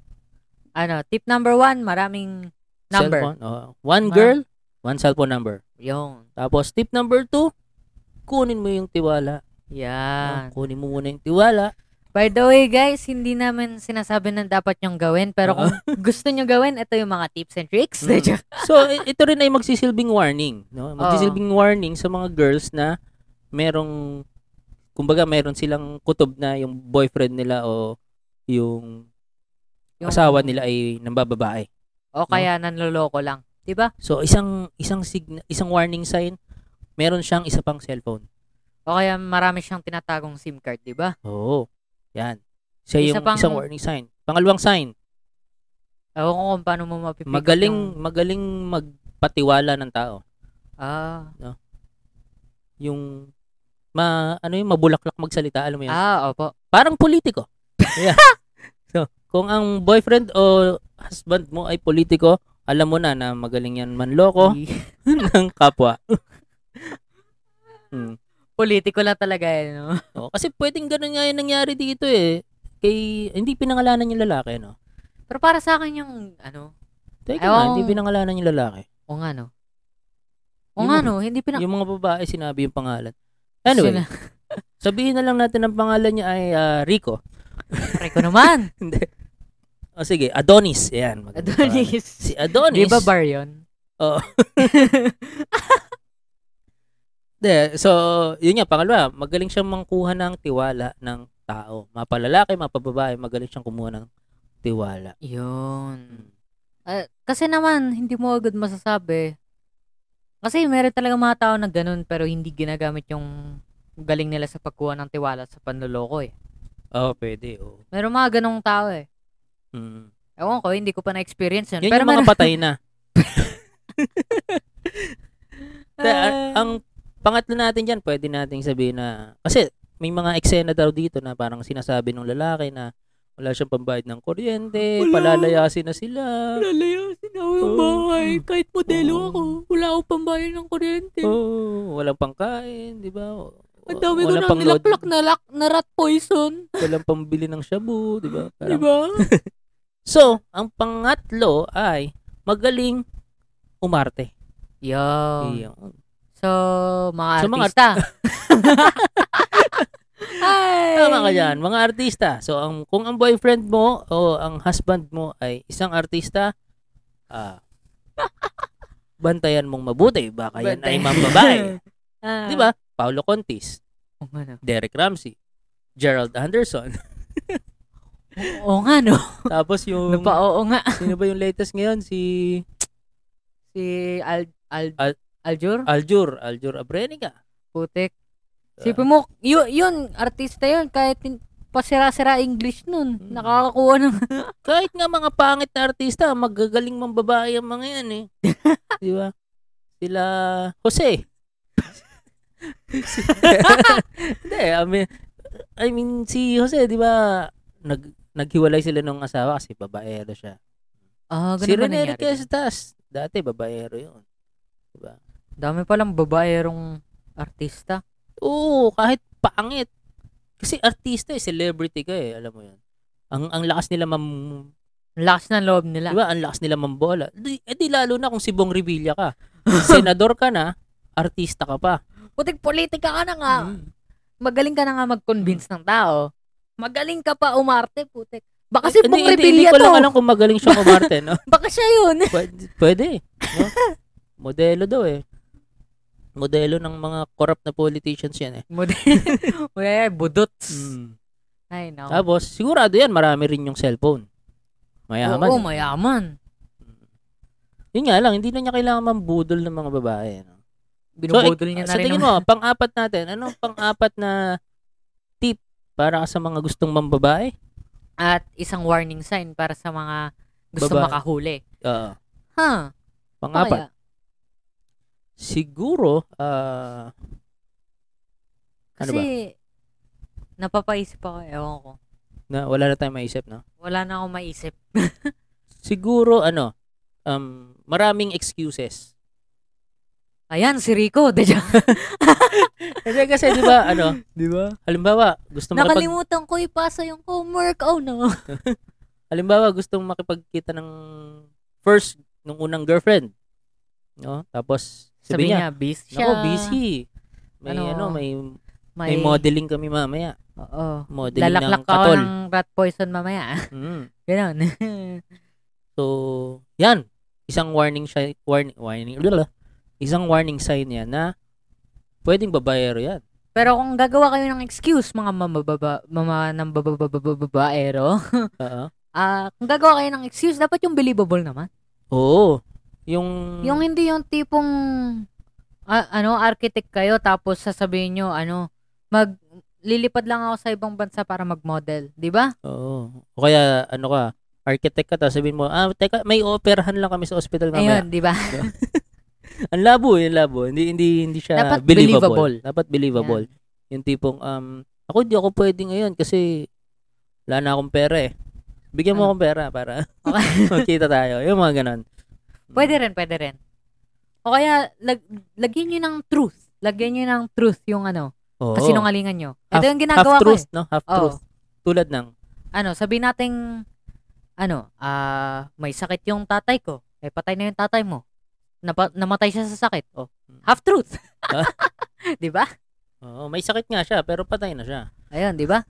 Speaker 2: ano, tip number one, maraming number. Ah.
Speaker 1: Cellphone. Oo. one
Speaker 2: Ma'am.
Speaker 1: girl, one cellphone number.
Speaker 2: Yung.
Speaker 1: Tapos tip number two, kunin mo yung tiwala.
Speaker 2: Yan.
Speaker 1: Oh, kunin mo muna yung tiwala.
Speaker 2: By the way, guys, hindi namin sinasabi na dapat nyong gawin. Pero kung
Speaker 1: (laughs)
Speaker 2: gusto nyo gawin, ito yung mga tips and tricks.
Speaker 1: Mm. So i- ito rin ay magsisilbing warning, no? Magsisilbing warning sa mga girls na merong kumbaga meron silang kutob na yung boyfriend nila o yung,
Speaker 2: (laughs) Yung-
Speaker 1: asawa nila ay nambababae.
Speaker 2: O kaya nanloloko lang. Diba?
Speaker 1: So isang isang sign- isang warning sign, meron siyang isa pang cellphone.
Speaker 2: O kaya marami siyang tinatagong SIM card, diba?
Speaker 1: Oo. Yan. Siya
Speaker 2: Isa
Speaker 1: yung
Speaker 2: pang-
Speaker 1: isang warning sign. Pangalawang sign,
Speaker 2: Ewan ko kung paano mo mapipick up
Speaker 1: magaling
Speaker 2: yung-
Speaker 1: magaling magpatiwala ng tao.
Speaker 2: Ah,
Speaker 1: Yung ma ano yung mabulaklak magsalita, alam mo yun.
Speaker 2: ah, opo.
Speaker 1: Parang
Speaker 2: (laughs)
Speaker 1: politiko. Yeah. so, kung ang boyfriend o husband mo ay politiko, alam mo na na magaling yan manloko
Speaker 2: Mm.
Speaker 1: ng kapwa. (laughs) Hmm.
Speaker 2: (laughs) Politiko lang talaga eh, no? (laughs)
Speaker 1: Oh, kasi pwedeng ganun nga yung nangyari dito eh. Kay, hindi pinangalanan yung lalaki, no?
Speaker 2: Pero para sa akin yung, ano,
Speaker 1: Teka nga,
Speaker 2: Ewan-
Speaker 1: hindi pinangalanan yung lalaki.
Speaker 2: o nga, no? O
Speaker 1: Yung-
Speaker 2: nga, no? Hindi pina...
Speaker 1: Yung ano eh? mga babae, sinabi yung pangalan. Anyway,
Speaker 2: Ano? Sina-
Speaker 1: sabihin na lang natin ang pangalan niya ay ah, Rico.
Speaker 2: Pare
Speaker 1: (laughs)
Speaker 2: ko naman.
Speaker 1: Hindi. o Oh, sige, Adonis. Yan. magandang pangalan.
Speaker 2: Adonis.
Speaker 1: Si ano Oh. Adonis.
Speaker 2: Di ba bar yun? (laughs)
Speaker 1: De, so, yun nga, pangalawa, magaling siyang mangkuha ng tiwala ng tao. Mapalalaki, mapababae, magaling siyang kumuha ng tiwala. Mm.
Speaker 2: Yun. Ah, kasi naman, hindi mo agad masasabi. Kasi meron talaga mga tao na ganun pero hindi ginagamit yung galing nila sa pagkuha ng tiwala sa panloloko eh.
Speaker 1: Oo, pwede. oo.
Speaker 2: Meron mga ganong tao eh.
Speaker 1: Mm.
Speaker 2: Ewan ko, hindi ko pa na-experience
Speaker 1: Yun
Speaker 2: yun. pero
Speaker 1: yung mga
Speaker 2: meron-
Speaker 1: patay na.
Speaker 2: (laughs)
Speaker 1: Te, a-
Speaker 2: Ah,
Speaker 1: ang pangatlo natin dyan, pwede nating sabihin na, kasi may mga eksena daw dito na parang sinasabi ng lalaki na wala siyang pambayad ng kuryente,
Speaker 2: Wala.
Speaker 1: palalayasin na sila.
Speaker 2: Lalayasin ako yung
Speaker 1: Oo.
Speaker 2: bahay. Kahit modelo
Speaker 1: Oo.
Speaker 2: ako, wala akong pambayad ng kuryente.
Speaker 1: Oh, walang pangkain, di ba? O-
Speaker 2: Ang dami ko
Speaker 1: walang
Speaker 2: nang
Speaker 1: pang
Speaker 2: nilaplak na, lak, na rat poison.
Speaker 1: walang pambili ng shabu, di ba?
Speaker 2: Di
Speaker 1: Parang-
Speaker 2: ba?
Speaker 1: So, ang pangatlo ay magaling umarte.
Speaker 2: (laughs) Yo.
Speaker 1: Iyon.
Speaker 2: So, mga
Speaker 1: So, mga
Speaker 2: artista. (laughs) Ay.
Speaker 1: Tama ka dyan, mga artista. So, ang, kung ang boyfriend mo o ang husband mo ay isang artista, ah, (laughs) bantayan mong mabuti. Baka yan ay
Speaker 2: Bantayan.
Speaker 1: (laughs) mambabae.
Speaker 2: (laughs) Ah.
Speaker 1: Di ba? Paolo Contis,
Speaker 2: Oo nga, no?
Speaker 1: Derek Ramsey, Gerald Anderson.
Speaker 2: Oo nga, no?
Speaker 1: (laughs) Tapos yung,
Speaker 2: Napa, oo nga.
Speaker 1: sino ba yung latest ngayon? Si
Speaker 2: Si Al, Al,
Speaker 1: Al-
Speaker 2: Aljur,
Speaker 1: Aljur, Aljur Abrenica.
Speaker 2: putik.
Speaker 1: Ah.
Speaker 2: Sipin mo, yun, yun, artista yun, kahit hin- pasira-sira English nun.
Speaker 1: Mm.
Speaker 2: Nakakakuha ng...
Speaker 1: Kahit nga mga pangit na artista, magagaling mang babae ang mga yan
Speaker 2: (laughs)
Speaker 1: eh. Di ba? Sila, Jose. (laughs) Hindi, I mean, I mean, si Jose, di ba, nag, naghiwalay sila ng asawa kasi babaero siya.
Speaker 2: Ah, ganun
Speaker 1: si
Speaker 2: ba
Speaker 1: Rene
Speaker 2: nangyari?
Speaker 1: Requestas, dati babaero yun. Di ba?
Speaker 2: Dami palang babaerong artista.
Speaker 1: Oo, kahit pangit. Kasi artista eh, celebrity ka eh, alam mo yun. Ang, ang lakas nila mam,
Speaker 2: Ang Lakas ng loob nila.
Speaker 1: Di ba? Ang lakas nila mambola. Di, eh di lalo na kung si Bong Revilla ka.
Speaker 2: (laughs)
Speaker 1: Senador ka na, artista ka pa.
Speaker 2: Putik politika ka na nga.
Speaker 1: Mm.
Speaker 2: Magaling ka na nga mag-convince ng tao. Magaling ka pa umarte, putik. Baka si
Speaker 1: Hindi-
Speaker 2: Bong
Speaker 1: hindi-
Speaker 2: Revilla
Speaker 1: Hindi ko lang
Speaker 2: to.
Speaker 1: alam kung magaling siya kumarte,
Speaker 2: (laughs)
Speaker 1: no?
Speaker 2: Baka siya yun.
Speaker 1: Pwede. pwede
Speaker 2: (laughs)
Speaker 1: no? Modelo daw eh. Modelo ng mga corrupt na politicians yan eh.
Speaker 2: (laughs) Wala yan,
Speaker 1: Mm.
Speaker 2: budots. Ay, no.
Speaker 1: Ah. Tapos, sigurado yan, marami rin yung cellphone. Mayaman.
Speaker 2: Oo,
Speaker 1: eh.
Speaker 2: mayaman.
Speaker 1: Yun nga lang, hindi na niya kailangan mambudol ng mga babae. No?
Speaker 2: Binubudol niya na
Speaker 1: sa
Speaker 2: rin.
Speaker 1: tingin
Speaker 2: ang-
Speaker 1: mo, pang-apat natin, anong pang-apat na tip para sa mga gustong mambabae?
Speaker 2: At isang warning sign para sa mga
Speaker 1: Babae.
Speaker 2: gusto
Speaker 1: ano
Speaker 2: makahuli.
Speaker 1: Oo.
Speaker 2: Ha?
Speaker 1: Pang-apat. Siguro, ah, Ano
Speaker 2: Kasi, napapaisip ako. Ewan ko.
Speaker 1: na, wala na tayong maisip, no?
Speaker 2: Wala na akong maisip.
Speaker 1: Siguro, ano, um, maraming excuses.
Speaker 2: Ayan, si Rico. (laughs) Deja.
Speaker 1: Kasi, kasi, di ba, ano,
Speaker 2: (laughs) Di ba?
Speaker 1: halimbawa, gusto makipag,
Speaker 2: Nakalimutan ko ipasa yung homework. Oh no.
Speaker 1: halimbawa, gustong makipagkita ng first, nung unang girlfriend. No? Tapos, sabi
Speaker 2: Sabi
Speaker 1: niya,
Speaker 2: niya, busy siya.
Speaker 1: Nako, busy. May,
Speaker 2: Ano,
Speaker 1: ano, may, may, modeling kami mamaya.
Speaker 2: Oo.
Speaker 1: Modeling
Speaker 2: Lalaklak
Speaker 1: ng
Speaker 2: ka ako
Speaker 1: katol.
Speaker 2: ng rat poison mamaya. (laughs)
Speaker 1: Mm.
Speaker 2: Ganon. (laughs)
Speaker 1: So, yan. Isang warning siya, warning, warning, blah, isang warning sign yan na pwedeng babayero yan.
Speaker 2: Pero kung gagawa kayo ng excuse, mga mamababa, mama ng bababababaero,
Speaker 1: Oo.
Speaker 2: (laughs) ah, kung gagawa kayo ng excuse, dapat yung believable naman.
Speaker 1: Oo. Yung,
Speaker 2: Yung hindi yung tipong ah, ano, architect kayo tapos sasabihin nyo ano, mag lilipad lang ako sa ibang bansa para mag-model, 'di ba?
Speaker 1: oo. O kaya, ano ka, architect ka, tapos sabihin mo, ah, teka, may operahan lang kami sa ospital mamaya.
Speaker 2: Ayun, 'di ba?
Speaker 1: Ang labo, yung labo. Hindi, hindi, hindi siya
Speaker 2: Dapat believable.
Speaker 1: Dapat believable. Yung tipong, um, ako di ako pwede ngayon kasi wala na akong pera eh. Bigyan mo
Speaker 2: Ah.
Speaker 1: akong pera para
Speaker 2: Okay.
Speaker 1: (laughs) magkita tayo. Yung mga ganon.
Speaker 2: Pwede rin, pwede rin. O kaya, lag, lagyan nyo ng truth. Lagyan nyo ng truth yung ano,
Speaker 1: Oo.
Speaker 2: kasinungalingan nyo. Ito
Speaker 1: Half-
Speaker 2: yung ginagawa
Speaker 1: half
Speaker 2: ko
Speaker 1: truth,
Speaker 2: eh.
Speaker 1: no? Half
Speaker 2: Oo.
Speaker 1: truth. Tulad ng,
Speaker 2: Ano, sabi nating, ano, ah, may sakit yung tatay ko. Eh, patay na yung tatay mo. Napa- namatay siya sa sakit. O, half truth.
Speaker 1: Hmm. Ah.
Speaker 2: (laughs) 'Di ba?
Speaker 1: oo, may sakit nga siya, pero patay na siya.
Speaker 2: Ayun, 'di ba?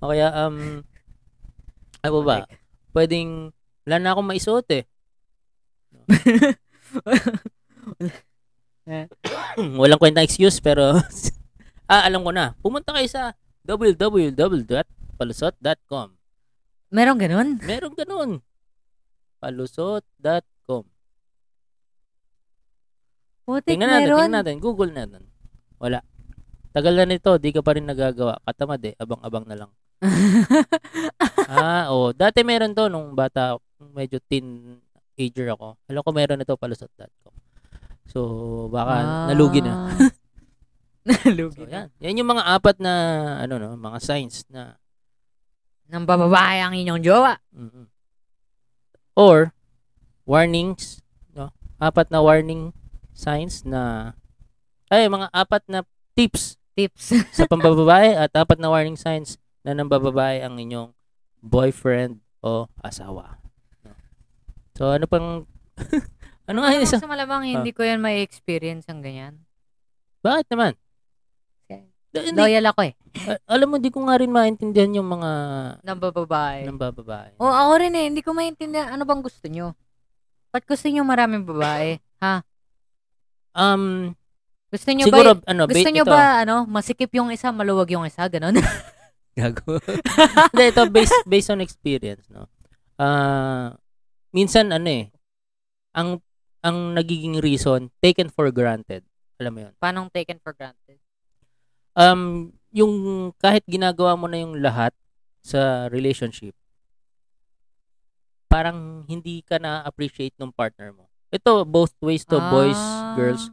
Speaker 1: O kaya,
Speaker 2: (laughs)
Speaker 1: um, ano ba?
Speaker 2: Like,
Speaker 1: Pwedeng, wala na akong maisuot
Speaker 2: (laughs)
Speaker 1: eh. (coughs)
Speaker 2: Eh.
Speaker 1: Walang kwenta excuse, pero, (laughs) ah, alam ko na. Pumunta kayo sa www.palusot.com.
Speaker 2: Meron ganun?
Speaker 1: Meron ganun. Palusot.com.
Speaker 2: Putik,
Speaker 1: Tingnan natin,
Speaker 2: meron.
Speaker 1: tingnan natin. Google natin. Wala. Tagal na nito, di ka pa rin nagagawa. Katamad eh, abang-abang na lang. ah, oo. Dati meron to nung bata, nung medyo teen ager ako. Alam ko meron na to, palusot.com. So, baka nalugi na.
Speaker 2: Ah. (laughs) nalugi
Speaker 1: So,
Speaker 2: na.
Speaker 1: yan. Yan yung mga apat na, ano no, mga signs na,
Speaker 2: Nang bababae ang inyong jowa.
Speaker 1: mm Or, warnings, no? Apat na warning signs na, ay, mga apat na tips (laughs)
Speaker 2: Tips.
Speaker 1: sa pambababae at apat na warning signs na nambababae ang inyong boyfriend o asawa. So ano pang (laughs) ano nga
Speaker 2: Ay,
Speaker 1: yung isang
Speaker 2: sa malamang,
Speaker 1: Ah.
Speaker 2: hindi ko yan may experience ang ganyan.
Speaker 1: bakit naman?
Speaker 2: Okay.
Speaker 1: Da- Hindi,
Speaker 2: Loyal ako eh.
Speaker 1: a- alam mo di ko nga rin maintindihan yung mga
Speaker 2: Nang bababae.
Speaker 1: nambababae.
Speaker 2: Oo, ako rin eh. Hindi ko maintindihan ano bang gusto nyo. Ba't gusto nyo maraming babae? Ha?
Speaker 1: Um
Speaker 2: Gusto nyo
Speaker 1: siguro
Speaker 2: ba,
Speaker 1: ano
Speaker 2: gusto
Speaker 1: ba-
Speaker 2: nyo
Speaker 1: ito,
Speaker 2: ba, ano, masikip yung isa, maluwag yung isa, ganun? (laughs)
Speaker 1: Gago. (laughs) Hindi, ito based, based on experience, no? Ah, minsan, ano eh, ang, ang nagiging reason, taken for granted. Alam mo yun?
Speaker 2: Paano taken for granted?
Speaker 1: um, yung kahit ginagawa mo na yung lahat sa relationship, parang hindi ka na-appreciate ng partner mo. Ito, both ways to, boys,
Speaker 2: Ah.
Speaker 1: girls,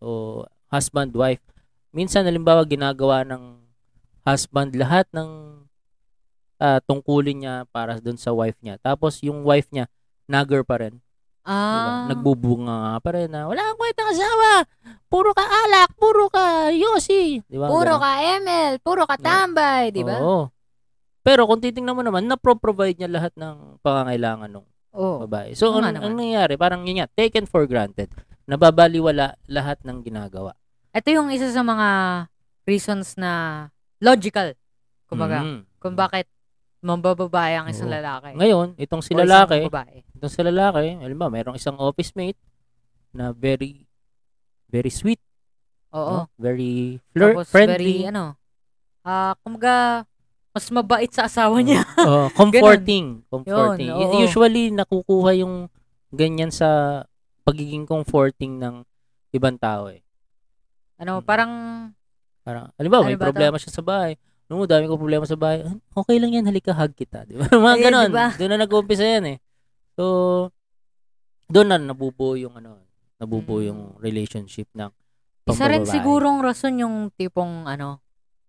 Speaker 1: o husband, wife. Minsan, halimbawa, ginagawa ng husband lahat ng ah, tungkulin niya para doon sa wife niya. Tapos, yung wife niya, nagger pa rin. Di ba?
Speaker 2: Ah.
Speaker 1: Nagbubunga nga pa rin na, wala akong kwentang asawa! Puro ka alak! Puro ka yosi! Di ba?
Speaker 3: Puro
Speaker 1: Ganun.
Speaker 3: ka ML, puro ka tambay, di ba?
Speaker 1: Oo. Pero kung titingnan mo naman, napro-provide niya lahat ng pangangailangan ng
Speaker 2: Oo.
Speaker 1: babae. So,
Speaker 2: Oo
Speaker 1: ano
Speaker 2: nga
Speaker 1: ang
Speaker 2: naman.
Speaker 1: nangyayari? Parang yun nga, taken for granted. Nababaliwala lahat ng ginagawa.
Speaker 2: Ito yung isa sa mga reasons na logical. Kumbaga,
Speaker 1: Mm.
Speaker 2: kung bakit mambababae ang isang
Speaker 1: Oo.
Speaker 2: lalaki.
Speaker 1: Ngayon, itong si
Speaker 2: O isang
Speaker 1: lalaki,
Speaker 2: babae.
Speaker 1: itong si lalaki, alam mo, mayroong isang office mate na very very sweet, no?
Speaker 2: Oo.
Speaker 1: very flir-
Speaker 2: Tapos
Speaker 1: friendly,
Speaker 2: very,
Speaker 1: (laughs)
Speaker 2: ano, ah, kumbaga, mas mabait sa asawa niya.
Speaker 1: oh, comforting, comforting.
Speaker 2: Yun,
Speaker 1: I-
Speaker 2: oo.
Speaker 1: Usually nakukuha yung ganyan sa pagiging comforting ng ibang tao eh.
Speaker 2: ano,
Speaker 1: Mm.
Speaker 2: parang,
Speaker 1: Parang, alam ba, may
Speaker 2: Ano ba to?
Speaker 1: problema siya sa bahay. No, dami ko problema sa bahay. "Ah, Okay lang yan, halika, hug kita. Di ba? (laughs) Mga
Speaker 2: Ayun,
Speaker 1: ganon.
Speaker 2: Eh, di ba?
Speaker 1: Doon na nag-uumpisa yan eh. So, doon na nabubuo yung ano, nabubuo
Speaker 2: Mm.
Speaker 1: yung relationship ng
Speaker 2: isa rin
Speaker 1: pambababae.
Speaker 2: sigurong rason yung tipong, ano,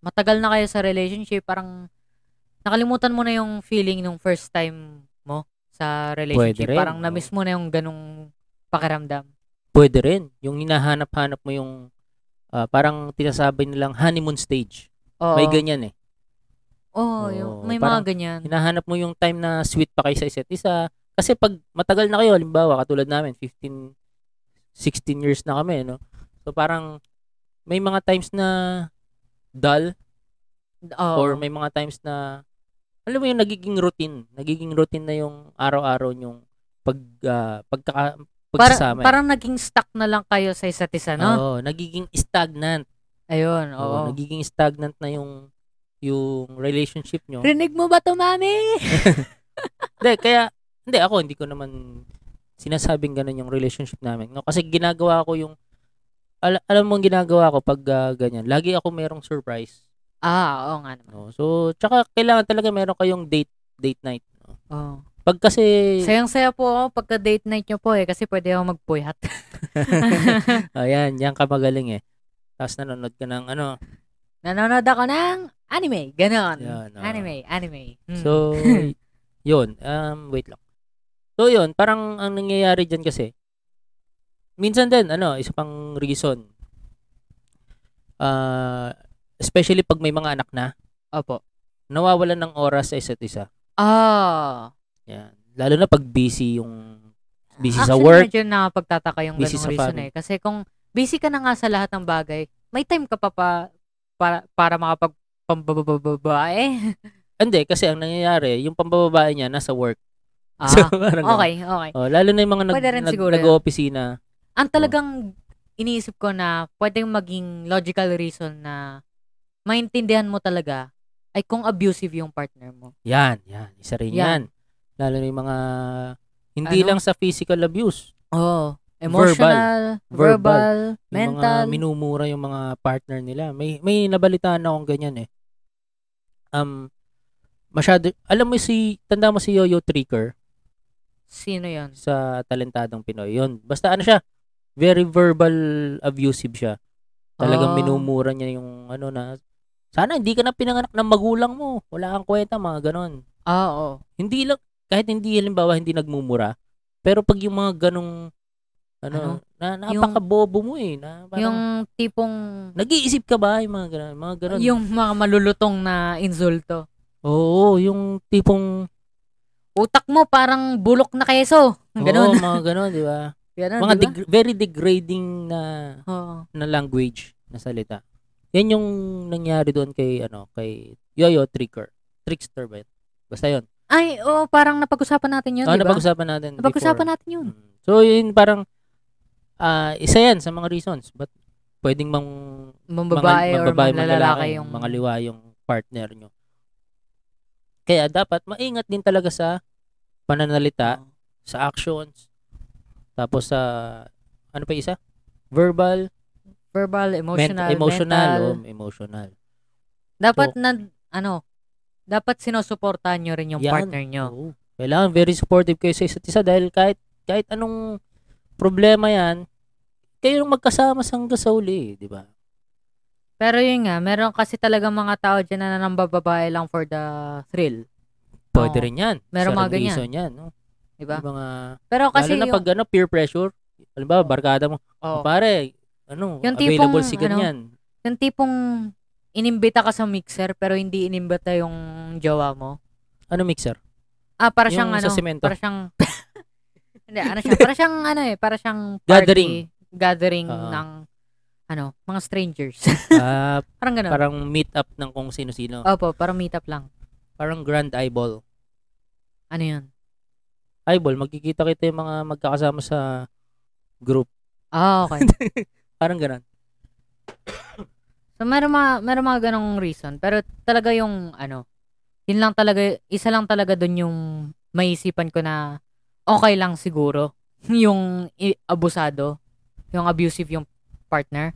Speaker 2: matagal na kayo sa relationship, parang, nakalimutan mo na yung feeling nung first time mo sa relationship.
Speaker 1: rin,
Speaker 2: parang
Speaker 1: oo.
Speaker 2: na-miss mo na yung ganong pakiramdam.
Speaker 1: Pwede rin. Yung hinahanap-hanap mo yung ah, parang tinasabay nilang honeymoon stage.
Speaker 2: Oo.
Speaker 1: May ganyan eh.
Speaker 2: Oo, yung-
Speaker 1: Oo,
Speaker 2: may
Speaker 1: parang
Speaker 2: mga ganyan.
Speaker 1: Hinahanap mo yung time na sweet pa kayo sa isa't isa. Kasi pag matagal na kayo, halimbawa, katulad namin, 15, 16 years na kami, no? So parang may mga times na dull
Speaker 2: Oo.
Speaker 1: or may mga times na alam mo yung nagiging routine, nagiging routine na yung araw-araw yung pag ah, pagkaka
Speaker 2: Para-
Speaker 1: pagsasama. eh.
Speaker 2: parang naging stuck na lang kayo sa isa't isa, no?
Speaker 1: Oo, nagiging stagnant.
Speaker 2: Ayun, oo.
Speaker 1: Oo, nagiging stagnant na yung yung relationship nyo.
Speaker 2: Rinig mo ba to, mami?
Speaker 1: Hindi, kaya, hindi, ako, hindi ko naman sinasabing ganun yung relationship namin. No? Kasi ginagawa ko yung, al- alam mo ang ginagawa ko pag ah, ganyan. Lagi ako merong surprise.
Speaker 2: Ah, oo nga naman.
Speaker 1: No? So, tsaka kailangan talaga meron kayong date, date night. No?
Speaker 2: Oo.
Speaker 1: Pag kasi,
Speaker 2: Sayang-saya po ako pagka date night nyo po eh kasi pwede ako magpuyat. (laughs)
Speaker 1: ayan, yan ka magaling eh. Tapos nanonood ka ng ano.
Speaker 2: Nanonood ako ng anime, ganon.
Speaker 1: Yan, oo.
Speaker 2: Anime, anime. Hmm.
Speaker 1: So, yun. Um, wait lang. So, yun. Parang ang nangyayari dyan kasi, minsan din, ano, isa pang reason. Ah, especially pag may mga anak na,
Speaker 2: opo.
Speaker 1: nawawalan ng oras sa isa't isa.
Speaker 2: Ah.
Speaker 1: Yan. Lalo na pag busy yung busy sa
Speaker 2: Actually,
Speaker 1: work.
Speaker 2: medyo nakapagtataka yung
Speaker 1: Busy
Speaker 2: ganong
Speaker 1: sa
Speaker 2: reason
Speaker 1: family.
Speaker 2: eh. Kasi kung busy ka na nga sa lahat ng bagay, may time ka pa pa para, para eh. makapagpambabababae.
Speaker 1: Hindi, kasi ang nangyayari, yung pambababae niya nasa work. (laughs)
Speaker 2: Ah,
Speaker 1: (laughs) So, parang ganun.
Speaker 2: okay, okay.
Speaker 1: Oh, lalo na yung mga nag,
Speaker 2: Pwede rin
Speaker 1: nag,
Speaker 2: siguro yun.
Speaker 1: nag-opisina. Oh.
Speaker 2: Ang talagang iniisip ko na pwedeng maging logical reason na maintindihan mo talaga ay kung abusive yung partner mo.
Speaker 1: Yan, yan. Isa rin yan.
Speaker 2: Yan.
Speaker 1: Lalo na yung mga, hindi
Speaker 2: Ano?
Speaker 1: lang sa physical abuse.
Speaker 2: Oo. Emotional, verbal,
Speaker 1: Verbal. Yung
Speaker 2: mental.
Speaker 1: mga minumura yung mga partner nila. May may nabalitaan na akong ganyan eh. Um masyado alam mo si tanda mo si Yoyo Tricker
Speaker 2: Sino yun?
Speaker 1: sa talentadong Pinoy. Yun. Basta ano siya, very verbal abusive siya. Talagang
Speaker 2: Ah.
Speaker 1: minumura niya yung ano na sana hindi ka na pinanganak ng magulang mo. Wala kang kwenta, mga ganon.
Speaker 2: Ah, oo.
Speaker 1: Hindi lang, kahit hindi, halimbawa, hindi nagmumura. Pero pag yung mga ganong, ano, na,
Speaker 2: Yung-
Speaker 1: napaka-bobo mo eh. Na, parang-
Speaker 2: yung tipong,
Speaker 1: Nag-iisip ka ba yung mga ganun? Mga ganun.
Speaker 2: yung mga malulutong na insulto.
Speaker 1: Oo, yung tipong...
Speaker 2: Utak mo parang bulok na keso.
Speaker 1: Oo,
Speaker 2: Ganun.
Speaker 1: mga ganun, di
Speaker 2: (laughs)
Speaker 1: ba?
Speaker 2: Ganun,
Speaker 1: mga
Speaker 2: di ba?
Speaker 1: deg- very degrading na,
Speaker 2: Oo.
Speaker 1: na language, na salita. Yan yung nangyari doon kay, ano, kay Yoyo Tricker. Trickster ba yun? Basta yun.
Speaker 2: Ay, oo, parang napag-usapan natin yun,
Speaker 1: Oo,
Speaker 2: di ba?
Speaker 1: Ah, napag-usapan natin
Speaker 2: Napag-usapan
Speaker 1: before.
Speaker 2: natin yun.
Speaker 1: Mm. So, yun parang, ah, isa yan sa mga reasons. But, pwedeng mang, mga,
Speaker 2: Mambabae or
Speaker 1: mababae,
Speaker 2: mamlalaki yung...
Speaker 1: mga liwa yung partner nyo. Kaya dapat maingat din talaga sa pananalita,
Speaker 2: Oo.
Speaker 1: sa actions, tapos sa ano pa isa? Verbal,
Speaker 2: verbal, emotional,
Speaker 1: Ment- emotional.
Speaker 2: mental.
Speaker 1: oh, emotional.
Speaker 2: Dapat nan ano, dapat sinusuportahan nyo rin yung
Speaker 1: Yan.
Speaker 2: partner nyo.
Speaker 1: Oo. Kailangan very supportive kayo sa isa't isa dahil kahit kahit anong problema yan, kayo yung magkasama sa hanggang sa uli, eh, di ba?
Speaker 2: Pero yun nga, meron kasi talaga mga tao dyan na nambababae lang for the thrill.
Speaker 1: Pwede
Speaker 2: Oo.
Speaker 1: rin yan.
Speaker 2: Merong
Speaker 1: Isa
Speaker 2: mga
Speaker 1: ring
Speaker 2: ganyan.
Speaker 1: reason yan. No?
Speaker 2: Diba?
Speaker 1: Yung Mga,
Speaker 2: Pero kasi
Speaker 1: lalo na
Speaker 2: yung,
Speaker 1: pag diba? ano, peer pressure. Alam ba, barkada mo,
Speaker 2: Oo.
Speaker 1: pare, ano,
Speaker 2: Yung
Speaker 1: available
Speaker 2: tipong,
Speaker 1: si ganyan.
Speaker 2: yung tipong inimbita ka sa mixer pero hindi inimbita yung jowa mo.
Speaker 1: Ano, mixer?
Speaker 2: Ah, para
Speaker 1: yung
Speaker 2: siyang ano,
Speaker 1: sa semento.
Speaker 2: para siyang (laughs) Hindi, ano siya, para siyang ano eh, para siyang party,
Speaker 1: Gathering.
Speaker 2: gathering
Speaker 1: Oo.
Speaker 2: ng ano, mga strangers. (laughs)
Speaker 1: Ah,
Speaker 2: parang ganun.
Speaker 1: parang meet up ng kung sino-sino.
Speaker 2: Opo, parang meet up lang.
Speaker 1: Parang grand eyeball.
Speaker 2: Ano 'yun?
Speaker 1: Eyeball, magkikita kita yung mga magkakasama sa group.
Speaker 2: Ah, okay.
Speaker 1: Parang ganun.
Speaker 2: So, meron mga, meron mga ganong reason. Pero talaga yung, ano, yun lang talaga, isa lang talaga dun yung maisipan ko na okay lang siguro. (laughs) yung i- abusado, yung abusive yung partner.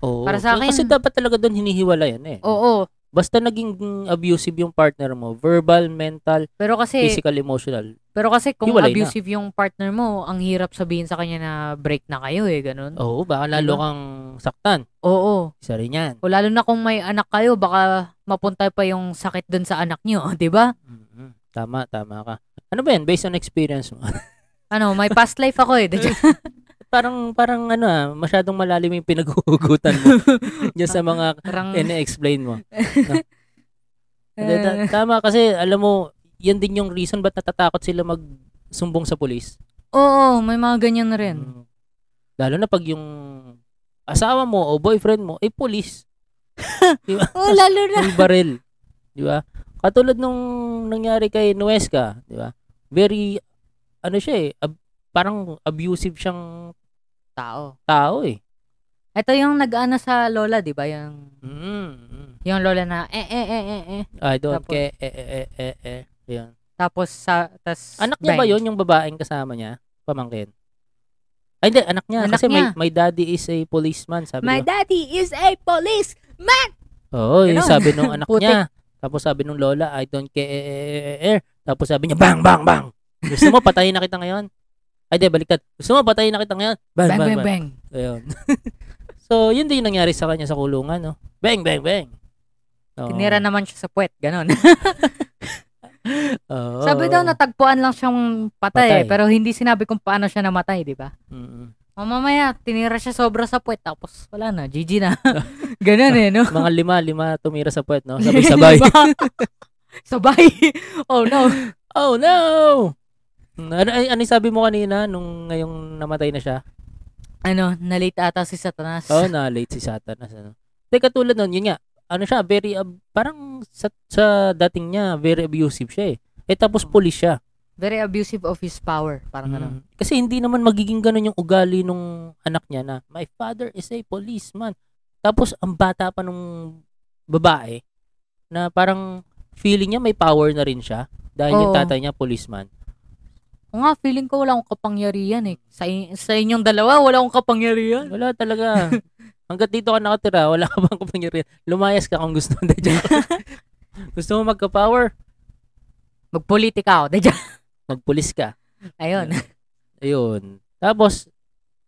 Speaker 1: Oo.
Speaker 2: Para sa akin-
Speaker 1: Kasi dapat talaga doon hinihiwala yan eh.
Speaker 2: Oo,
Speaker 1: Basta naging abusive yung partner mo, verbal, mental,
Speaker 2: pero kasi,
Speaker 1: physical, emotional.
Speaker 2: pero kasi kung
Speaker 1: hiwalay na.
Speaker 2: abusive yung partner mo, ang hirap sabihin sa kanya na break na kayo eh, ganun.
Speaker 1: Oo, baka lalo
Speaker 2: Diba?
Speaker 1: kang saktan.
Speaker 2: Oo.
Speaker 1: Isa rin yan.
Speaker 2: O lalo na kung may anak kayo, baka mapunta pa yung sakit dun sa anak nyo, (laughs) di ba?
Speaker 1: Mhm. Tama, tama ka. Ano ba yan? Based on experience mo. (laughs)
Speaker 2: Ano, may past life ako eh.
Speaker 1: parang, parang ano ah, masyadong malalim yung pinaghuhugutan mo dyan sa mga
Speaker 2: Parang,
Speaker 1: ina-explain mo. No? Hindi,
Speaker 2: eh,
Speaker 1: (laughs) ta- tama kasi, alam mo, yan din yung reason ba't natatakot sila magsumbong sa polis.
Speaker 2: Oo, may mga ganyan na rin.
Speaker 1: Mm. Lalo na pag yung asawa mo o boyfriend mo, ay polis.
Speaker 3: Oh, lalo na.
Speaker 1: May baril. Di ba? Katulad nung nangyari kay Nuesca, di ba? Very, ano siya eh, ab- parang abusive siyang
Speaker 2: Tao.
Speaker 1: tao eh.
Speaker 2: Ito yung nag-ano sa lola, di ba? Yung,
Speaker 1: Mm.
Speaker 2: yung lola na, eh, eh, eh, eh, eh.
Speaker 1: I don't
Speaker 2: Mm-hmm. Tapos-
Speaker 1: care. Eh, eh, eh, eh, eh. Yun.
Speaker 2: Tapos, sa, tas,
Speaker 1: Anak niya ba
Speaker 2: bang.
Speaker 1: yon yung babaeng kasama niya? Pamangkin. Ay, hindi. Anak niya.
Speaker 2: Anak
Speaker 1: kasi
Speaker 2: niya.
Speaker 1: May, my daddy is a policeman, sabi
Speaker 3: My
Speaker 1: niya.
Speaker 3: daddy is a police.
Speaker 1: Oo, yun
Speaker 2: Ganon.
Speaker 1: sabi nung anak
Speaker 2: Putik.
Speaker 1: niya. Tapos sabi nung lola, I don't care. eh, eh, eh, eh, eh. Tapos sabi niya, bang, bang, bang. Gusto mo, patayin na kita ngayon. Ay, di, baliktad. Gusto mo, patayin na kita ngayon. Bang,
Speaker 2: Bang,
Speaker 1: bang, bang.
Speaker 2: bang, bang.
Speaker 1: Ayun. (laughs) so, yun din yung nangyari sa kanya sa kulungan, no? Bang, bang, bang. Oo.
Speaker 2: Tinira naman siya sa puwet,
Speaker 1: (laughs)
Speaker 2: ganon.
Speaker 1: Oo.
Speaker 2: Sabi daw, natagpuan lang siyang
Speaker 1: Oh. Patay.
Speaker 2: patay, eh, pero hindi sinabi kung paano siya namatay, di ba?
Speaker 1: Mm-mm.
Speaker 2: O mamaya, tinira siya sobra sa puwet, tapos wala na, GG na. (laughs) ganon eh, no? (laughs)
Speaker 1: Mga lima, lima tumira sa puwet, no? Oh, Sabay-sabay. (laughs)
Speaker 2: Diba? sabay. Oh, no.
Speaker 1: Oh no! Ano, ay- ano yung sabi mo kanina nung ngayong namatay na siya?
Speaker 2: Ano, nalate ata si Satanas.
Speaker 1: Oh, na late si Satanas ano. Teka tulad nun, yun nga. Ano siya, very ab- parang sa, sa dating niya, very abusive siya eh. Eh tapos pulis siya.
Speaker 2: Very abusive of his power, Mm. parang ganon.
Speaker 1: Mm. Kasi hindi naman magiging ganun yung ugali nung anak niya na my father is a policeman. Tapos ang bata pa nung babae na parang feeling niya may power na rin siya dahil yung
Speaker 2: Oo.
Speaker 1: tatay niya policeman.
Speaker 2: Oo nga, feeling ko wala akong kapangyarihan eh. Sa, i- sa inyong dalawa, wala akong kapangyarihan.
Speaker 1: (laughs) Wala talaga. Hanggat dito ka nakatira, wala ka bang kapangyarihan. Lumayas ka kung gusto mo. (laughs) Hindi, joke. gusto mo magka-power,
Speaker 2: Magpolitika ako. (laughs) Dadya.
Speaker 1: magpulis ka.
Speaker 2: Ayun.
Speaker 1: Ayun. Tapos,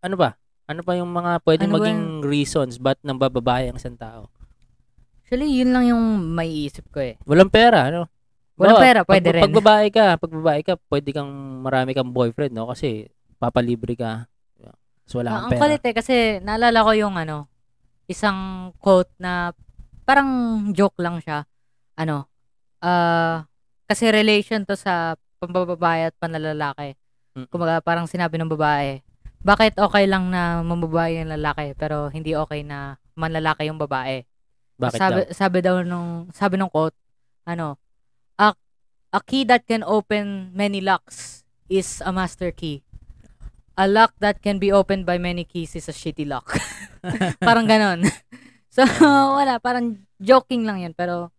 Speaker 1: ano ba? Ano pa yung mga pwedeng
Speaker 2: Ano ba
Speaker 1: maging reasons ba't nang bababae ang isang tao?
Speaker 2: Actually, yun lang yung maiisip ko eh.
Speaker 1: Walang pera, ano?
Speaker 2: Walang
Speaker 1: Oo,
Speaker 2: pera, pwede
Speaker 1: pag,
Speaker 2: rin.
Speaker 1: Pag babae ka, pag babae ka, pwede kang marami kang boyfriend, no? Kasi papalibre ka. So, wala
Speaker 2: Ah,
Speaker 1: kang
Speaker 2: ang
Speaker 1: pera.
Speaker 2: kulit eh, kasi naalala ko yung ano, isang quote na parang joke lang siya. Ano, ah, kasi relation to sa pambababae at panlalaki.
Speaker 1: Mm.
Speaker 2: Kumaga parang sinabi ng babae, bakit okay lang na mambabae yung lalaki pero hindi okay na manlalaki yung babae?
Speaker 1: Bakit
Speaker 2: sabi,
Speaker 1: daw?
Speaker 2: sabi daw nung, sabi nung quote, ano, a, a key that can open many locks is a master key. A lock that can be opened by many keys is a shitty lock. (laughs) parang ganon. (laughs) so, wala, parang joking lang yan. Pero,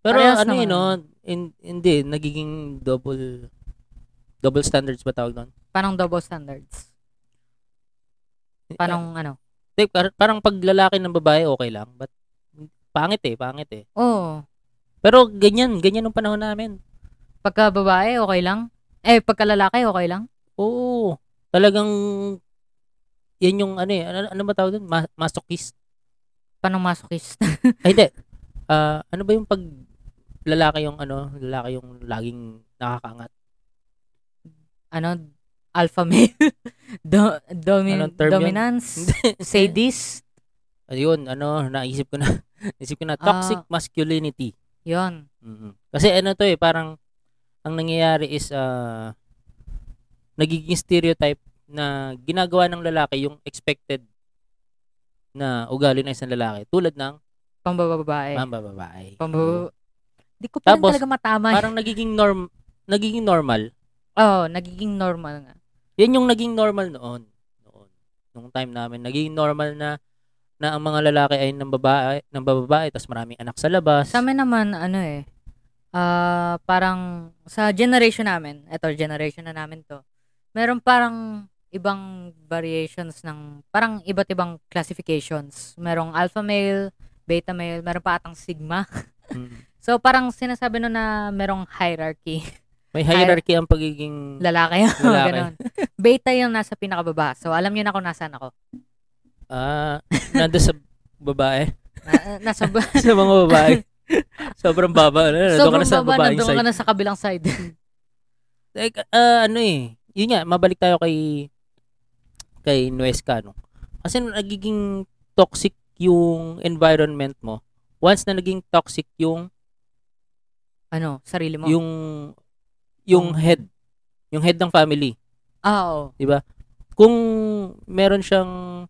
Speaker 1: Pero
Speaker 2: Parehas
Speaker 1: ano yun, no?
Speaker 2: naman.
Speaker 1: In- Hindi, nagiging double double standards ba tawag nun?
Speaker 2: parang double standards. Parang, ano,
Speaker 1: Di, par- parang pag lalaki ng babae, okay lang. But, pangit eh, pangit eh.
Speaker 2: Oo.
Speaker 1: Pero ganyan, ganyan nung panahon namin.
Speaker 2: Pagka babae, okay lang. Eh, pagka lalaki, okay lang.
Speaker 1: Oo. Talagang, yan yung ano eh, ano, ano ba tawag dun? Ma- masochist.
Speaker 2: Panong masokist.
Speaker 1: Ay, hindi. Ah, ano ba yung pag lalaki yung ano, lalaki yung laging nakakaangat?
Speaker 2: (laughs) ano? Alpha male. (laughs) Do- domin-
Speaker 1: Anong term yun? (laughs)
Speaker 2: dominance. Sadist.
Speaker 1: Ayun, ano, naisip ko na. (laughs) Naisip ko na, toxic
Speaker 2: Ah.
Speaker 1: masculinity.
Speaker 2: Yun.
Speaker 1: Mhm. Kasi ano to eh, parang ang nangyayari is ah nagiging stereotype na ginagawa ng lalaki yung expected na ugali ng isang lalaki tulad ng
Speaker 2: Pambababae.
Speaker 1: mambababae.
Speaker 2: Pambaba- Di ko pa rin
Speaker 1: Tapos,
Speaker 2: talaga matama. eh.
Speaker 1: Parang nagiging norm nagiging normal.
Speaker 2: Oo, nagiging normal nga.
Speaker 1: Yan yung naging normal noon. Noon. Nung time namin, nagiging normal na na ang mga lalaki ay ng babae, ng babae, tapos maraming anak sa labas.
Speaker 2: Sa amin naman, ano eh, ah parang sa generation namin, eto generation na namin to, meron parang ibang variations ng, parang iba't ibang classifications. Merong alpha male, beta male, meron pa atang sigma.
Speaker 1: Mm.
Speaker 2: So parang sinasabi no na merong hierarchy. (laughs)
Speaker 1: May hierarchy ang pagiging
Speaker 2: Lalaki yun,
Speaker 1: Lalaki.
Speaker 2: (laughs) ganun. Beta yung nasa pinakababa. So alam niyo na kung nasaan ako.
Speaker 1: ah nando sa babae.
Speaker 2: Na, nasa ba-
Speaker 1: (laughs) sa mga babae. Sobrang baba. Ano, Sobrang ka
Speaker 2: sobrang
Speaker 1: na sa
Speaker 2: baba,
Speaker 1: babaeng
Speaker 2: nandun ka
Speaker 1: side.
Speaker 2: na sa kabilang side. (laughs)
Speaker 1: Like, ah, ano eh. Yun nga, mabalik tayo kay kay Nuesca. No? Kasi nung nagiging toxic yung environment mo, once na naging toxic yung
Speaker 2: ano, sarili mo.
Speaker 1: yung yung
Speaker 2: Yung-
Speaker 1: head, yung head ng family.
Speaker 2: Ah, oo.
Speaker 1: Kung meron siyang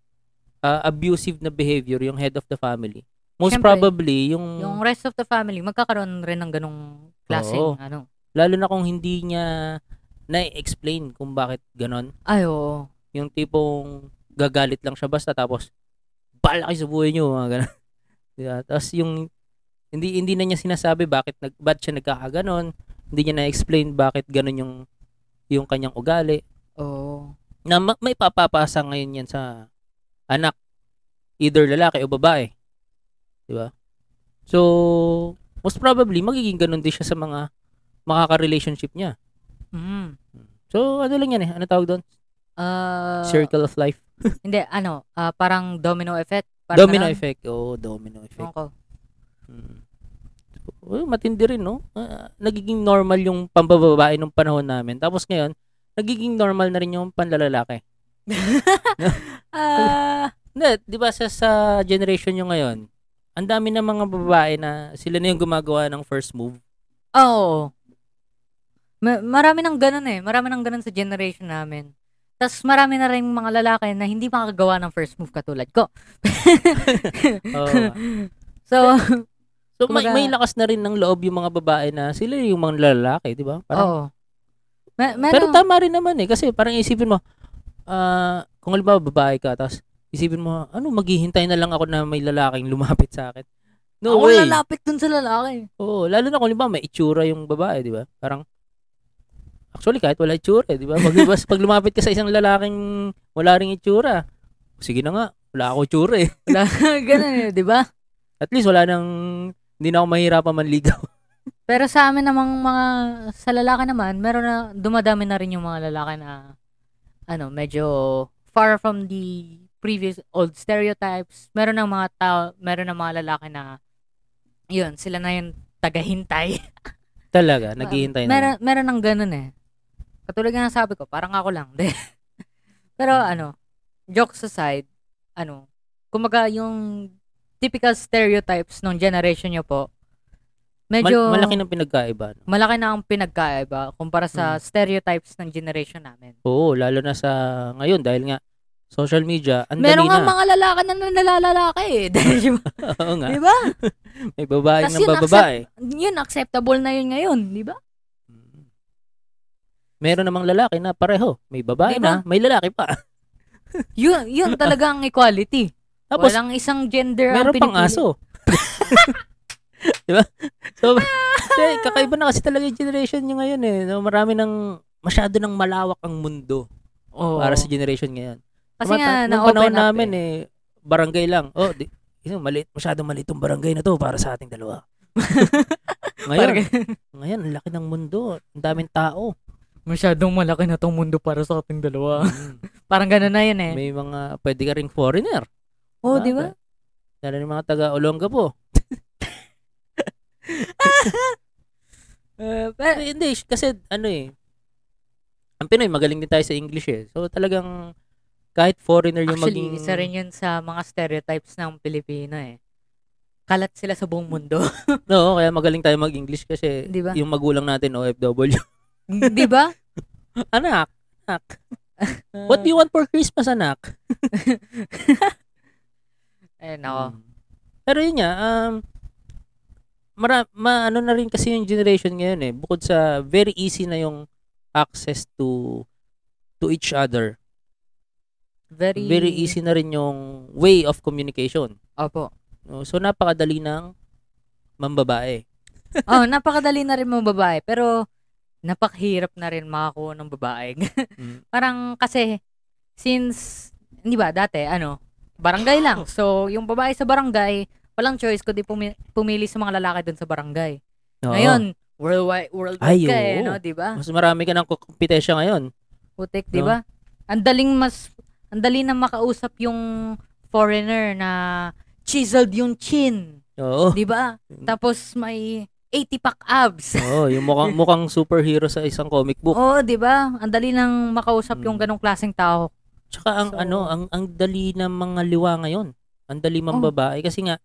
Speaker 1: ah, abusive na behavior yung head of the family, most
Speaker 2: Siyempre.
Speaker 1: probably yung,
Speaker 2: Yung rest of the family, magkakaroon rin ng ganong klaseng,
Speaker 1: Mm. Oo.
Speaker 2: ano.
Speaker 1: lalo na kung hindi niya na-explain kung bakit ganon.
Speaker 2: Ay, oo.
Speaker 1: Yung tipong gagalit lang siya basta tapos balaki sa buhay niyo mga ganun. (laughs) yeah. Tapos yung hindi hindi na niya sinasabi bakit nag ba't siya nagkakaganon. Hindi niya na-explain bakit ganon yung yung kanyang ugali.
Speaker 2: Oo.
Speaker 1: Na ma- may papapasa ngayon yan sa anak either lalaki o babae. 'Di ba? So most probably magiging ganon din siya sa mga makaka-relationship niya.
Speaker 2: Mm.
Speaker 1: So ano lang yan eh, ano tawag doon?
Speaker 2: Ah,
Speaker 1: Circle of life.
Speaker 2: Hindi, ano, ah, parang domino effect. Parang
Speaker 1: Domino
Speaker 2: ganun.
Speaker 1: effect. Oo, domino effect.
Speaker 2: Ewan ko.
Speaker 1: Mm. Well, matindi rin, no? Ah, nagiging normal yung pambababae nung panahon namin. Tapos ngayon, nagiging normal na rin yung panlalalaki.
Speaker 2: Ah,
Speaker 1: Hindi, di ba sa, sa generation nyo ngayon, ang dami na mga babae na sila na yung gumagawa ng first
Speaker 2: (laughs)
Speaker 1: move.
Speaker 2: oo. Ma- marami ng ganun eh. Marami ng ganun sa generation namin. Tapos marami na rin mga lalaki na hindi makagawa ng first move katulad ko.
Speaker 1: Oo.
Speaker 2: (laughs) so,
Speaker 1: so, may,
Speaker 2: Kumbaga-
Speaker 1: may lakas na rin ng loob yung mga babae na sila yung mga lalaki, di ba? Parang-
Speaker 2: oo. Ano? Ma- meron-
Speaker 1: Pero tama rin naman eh. Kasi parang isipin mo, ah, kung halimbawa babae ka, tapos isipin mo, ano, maghihintay na lang ako na may lalaking lumapit sa akin. No
Speaker 2: ako
Speaker 1: way.
Speaker 2: lalapit dun sa lalaki.
Speaker 1: Oo, lalo na kung halimbawa may itsura yung babae, di ba? Parang, actually kahit wala itsura, eh, di
Speaker 2: (laughs)
Speaker 1: ba? Pag, bas- pag lumapit ka sa isang lalaking wala ring itsura, sige na nga, wala ako itsura eh.
Speaker 2: Wala, (laughs) ganun eh, di ba?
Speaker 1: At least wala nang, hindi na ako mahirapan manligaw. (laughs)
Speaker 2: Pero sa amin namang mga, sa lalaki naman, meron na, dumadami na rin yung mga lalaki na, ano, medyo far from the previous old stereotypes. Meron ng mga tao, meron ng mga lalaki na, yun, sila na yung tagahintay.
Speaker 1: Talaga, naghihintay na. lang.
Speaker 2: meron, meron ng ganun eh. Katulad nga ng sabi ko, parang ako lang. (laughs) Pero
Speaker 1: Hmm.
Speaker 2: ano, jokes aside, ano, kumaga yung typical stereotypes ng generation nyo po,
Speaker 1: Mal-
Speaker 2: medyo
Speaker 1: malaki ng pinagkaiba. no?
Speaker 2: malaki na ang pinagkaiba kumpara
Speaker 1: Hmm.
Speaker 2: sa stereotypes ng generation namin.
Speaker 1: Oo, lalo na sa ngayon dahil nga, social media, ang dali
Speaker 2: Meron nga
Speaker 1: na.
Speaker 2: mga lalaki na nalalalaki eh. (laughs) Dahil yung-
Speaker 1: (laughs) Oo nga,
Speaker 2: di ba?
Speaker 1: may babae
Speaker 2: Tas
Speaker 1: ng
Speaker 2: yun,
Speaker 1: bababae.
Speaker 2: Yun, acceptable na yun ngayon, di ba?
Speaker 1: Mm. Meron namang lalaki na pareho. May babae
Speaker 2: Di
Speaker 1: na,
Speaker 2: ba?
Speaker 1: may lalaki pa. (laughs)
Speaker 2: Yun, yun talaga ang equality.
Speaker 1: Tapos,
Speaker 2: Walang isang gender ang
Speaker 1: Meron pang
Speaker 2: pinipili. (laughs)
Speaker 1: aso. (laughs) di ba? So, eh, kakaiba na kasi talaga yung generation nyo ngayon eh. No, marami ng, masyado ng malawak ang mundo
Speaker 2: Oo.
Speaker 1: para sa generation ngayon.
Speaker 2: Kasi
Speaker 1: Tama,
Speaker 2: nga,
Speaker 1: ta- nung
Speaker 2: na-open
Speaker 1: panahon
Speaker 2: up
Speaker 1: namin
Speaker 2: eh.
Speaker 1: eh. barangay lang. Oh, di, yun, maliit, masyadong maliit tong barangay na to para sa ating
Speaker 2: (laughs)
Speaker 1: dalawa. (laughs)
Speaker 2: Parang
Speaker 1: ngayon, ngayon, ang laki ng mundo. Ang
Speaker 2: (laughs)
Speaker 1: daming tao.
Speaker 2: Masyadong malaki na tong mundo para sa ating dalawa.
Speaker 1: Mm.
Speaker 2: (laughs) Parang gano'n na yun eh.
Speaker 1: May mga, pwede ka ring foreigner.
Speaker 2: Oo, di ba?
Speaker 1: Lalo ng mga taga Olongapo.
Speaker 2: (laughs) Eh,
Speaker 1: Pero hindi, sh- kasi ano eh, ang Pinoy, magaling din tayo sa English eh. So talagang, kahit foreigner yung
Speaker 2: Actually,
Speaker 1: maging...
Speaker 2: isa rin yun sa mga stereotypes ng Pilipino eh. Kalat sila sa buong mundo.
Speaker 1: No, kaya magaling tayo mag-English kasi
Speaker 2: Di ba?
Speaker 1: yung magulang natin OFW.
Speaker 2: di ba?
Speaker 1: (laughs) anak, anak.
Speaker 2: Ah.
Speaker 1: What do you want for Christmas, anak?
Speaker 2: Eh, nako.
Speaker 1: Mm. Pero yun nga, um, mara, ma, ano na rin kasi yung generation ngayon eh. Bukod sa very easy na yung access to to each other.
Speaker 2: Very...
Speaker 1: Very easy na rin yung way of communication.
Speaker 2: Opo.
Speaker 1: No? Oh, So, napakadali ng mambabae.
Speaker 2: oh, napakadali na rin mga babae. Pero, napakahirap na rin makakuha ng babae.
Speaker 1: Mm.
Speaker 2: Parang kasi, since, di ba, dati, ano, barangay lang.
Speaker 1: Oh.
Speaker 2: So, yung babae sa barangay, walang choice kundi pumi- pumili sa mga lalaki dun sa barangay.
Speaker 1: Oo.
Speaker 2: Ngayon, worldwide, worldwide
Speaker 1: Ay,
Speaker 2: ka eh,
Speaker 1: oo.
Speaker 2: no, di ba?
Speaker 1: mas marami ka ng kumpetensya ngayon.
Speaker 2: Putik, di
Speaker 1: No?
Speaker 2: ba? Ang daling mas, ang dali na makausap yung foreigner na chiseled yung chin,
Speaker 1: Oo.
Speaker 2: di ba? Tapos may 80 pack abs.
Speaker 1: Oo, yung mukhang, mukhang superhero sa isang comic book.
Speaker 2: Oo, di ba? Ang dali nang makausap yung
Speaker 1: Mm.
Speaker 2: ganong klaseng tao.
Speaker 1: Tsaka ang
Speaker 2: So-
Speaker 1: ano, ang ang dali ng mga liwa ngayon. Ang dali mang
Speaker 2: Oh.
Speaker 1: babae kasi nga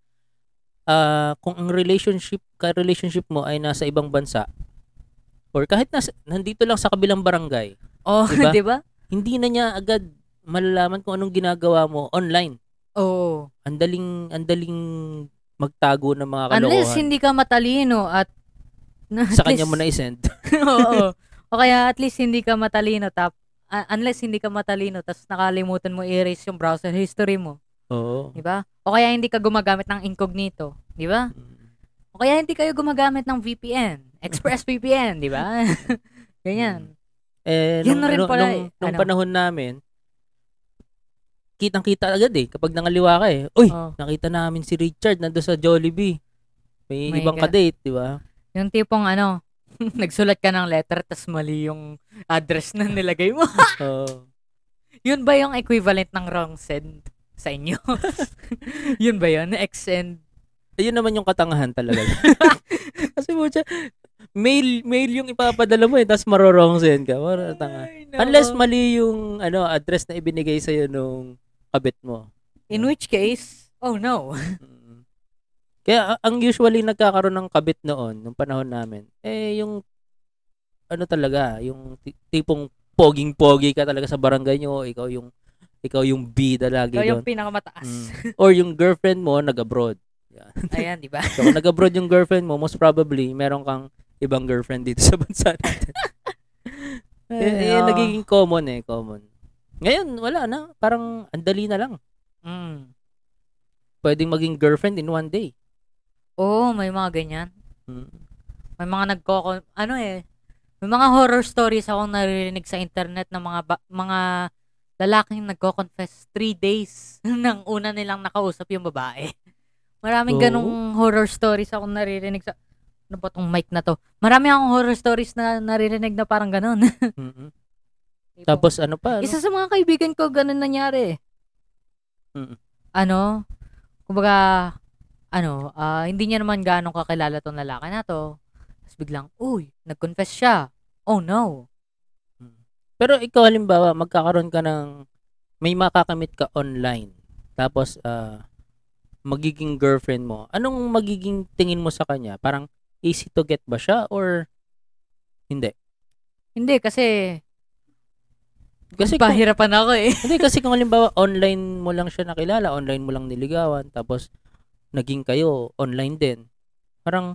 Speaker 1: ah, kung ang relationship ka relationship mo ay nasa ibang bansa or kahit nasa, nandito lang sa kabilang barangay,
Speaker 2: Oh, (laughs)
Speaker 1: Di ba?
Speaker 2: di ba?
Speaker 1: hindi na niya agad malalaman kung anong ginagawa mo online.
Speaker 2: Oo.
Speaker 1: Ang daling ang daling magtago ng mga
Speaker 2: Unless
Speaker 1: kalokohan.
Speaker 2: hindi ka matalino at (laughs) na- at
Speaker 1: Sa kanya
Speaker 2: least-
Speaker 1: mo na isend.
Speaker 2: (laughs) Oo. O kaya at least hindi ka matalino tap uh, unless hindi ka matalino tapos nakalimutan mo i-erase yung browser history mo,
Speaker 1: (laughs) Oo.
Speaker 2: di ba? O kaya hindi ka gumagamit ng incognito, di ba? O kaya hindi kayo gumagamit ng VPN, Express VPN, di ba? (laughs) Ganyan.
Speaker 1: Eh,
Speaker 2: Yun
Speaker 1: nung,
Speaker 2: na rin
Speaker 1: ano-
Speaker 2: pala
Speaker 1: nung,
Speaker 2: eh.
Speaker 1: nung
Speaker 2: Ano?
Speaker 1: panahon namin, kitang-kita agad eh. Kapag nangaliwa ka eh, uy,
Speaker 2: Oh,
Speaker 1: nakita namin si Richard nandoon sa Jollibee. May
Speaker 2: Oh My
Speaker 1: ibang
Speaker 2: God.
Speaker 1: kadate, di ba?
Speaker 2: yung tipong ano, (laughs) nagsulat ka ng letter tapos mali yung address na nilagay mo. (laughs)
Speaker 1: Oo.
Speaker 2: Yun ba yung equivalent ng wrong send sa inyo? (laughs) yun ba yun? Ex-send?
Speaker 1: ayun naman yung katangahan
Speaker 2: (laughs)
Speaker 1: talaga. Kasi mo siya, mail, mail yung ipapadala mo eh, tapos marorong send ka. Mara, tanga.
Speaker 2: Ay, nako.
Speaker 1: Unless mali yung ano, address na ibinigay sa'yo nung kabit mo.
Speaker 2: In which case, oh no.
Speaker 1: Mm. Kaya a- ang usually nagkakaroon ng kabit noon, nung panahon namin, eh yung ano talaga, yung ti- tipong poging-pogi ka talaga sa barangay nyo, ikaw yung ikaw yung bida lagi
Speaker 2: Ikaw
Speaker 1: doon.
Speaker 2: yung pinakamataas.
Speaker 1: Mm. Or yung girlfriend mo nag-abroad. Mm.
Speaker 2: (laughs) Ayan,
Speaker 1: (laughs)
Speaker 2: di ba?
Speaker 1: So, kung nag-abroad yung girlfriend mo, most probably, meron kang ibang girlfriend dito (laughs) sa bansa natin. eh, eh,
Speaker 2: Ay, nako.
Speaker 1: nagiging common eh, common. Ngayon, wala na. Parang ang dali na lang.
Speaker 2: Mm.
Speaker 1: Pwedeng maging girlfriend in one day.
Speaker 2: Oo, Oh, may mga ganyan.
Speaker 1: Mm.
Speaker 2: May mga nagkoko... Ano eh, may mga horror stories akong naririnig sa internet ng mga ba- mga lalaking nagko-confess three days (laughs) nang una nilang nakausap yung babae. Maraming
Speaker 1: Oo.
Speaker 2: ganong horror stories akong naririnig sa... Ano ba tong mic na to? Marami akong horror stories na naririnig na parang (laughs) ganon.
Speaker 1: Mm-mm. Tapos ano pa? Ano?
Speaker 2: Isa sa mga kaibigan ko, ganun nangyari.
Speaker 1: Mm.
Speaker 2: Ano? Kumbaga, ano, ah, hindi niya naman ganong kakilala tong lalaki na to. Tapos biglang, uy, nag-confess siya. Oh no.
Speaker 1: Pero ikaw halimbawa, magkakaroon ka ng may makakamit ka online. Tapos ah, magiging girlfriend mo. Anong magiging tingin mo sa kanya? Parang easy to get ba siya or hindi?
Speaker 2: Hindi, kasi,
Speaker 1: Kasi kung,
Speaker 2: pahirapan ako eh. (laughs)
Speaker 1: hindi kasi kung halimbawa online mo lang siya nakilala, online mo lang niligawan, tapos naging kayo online din. Parang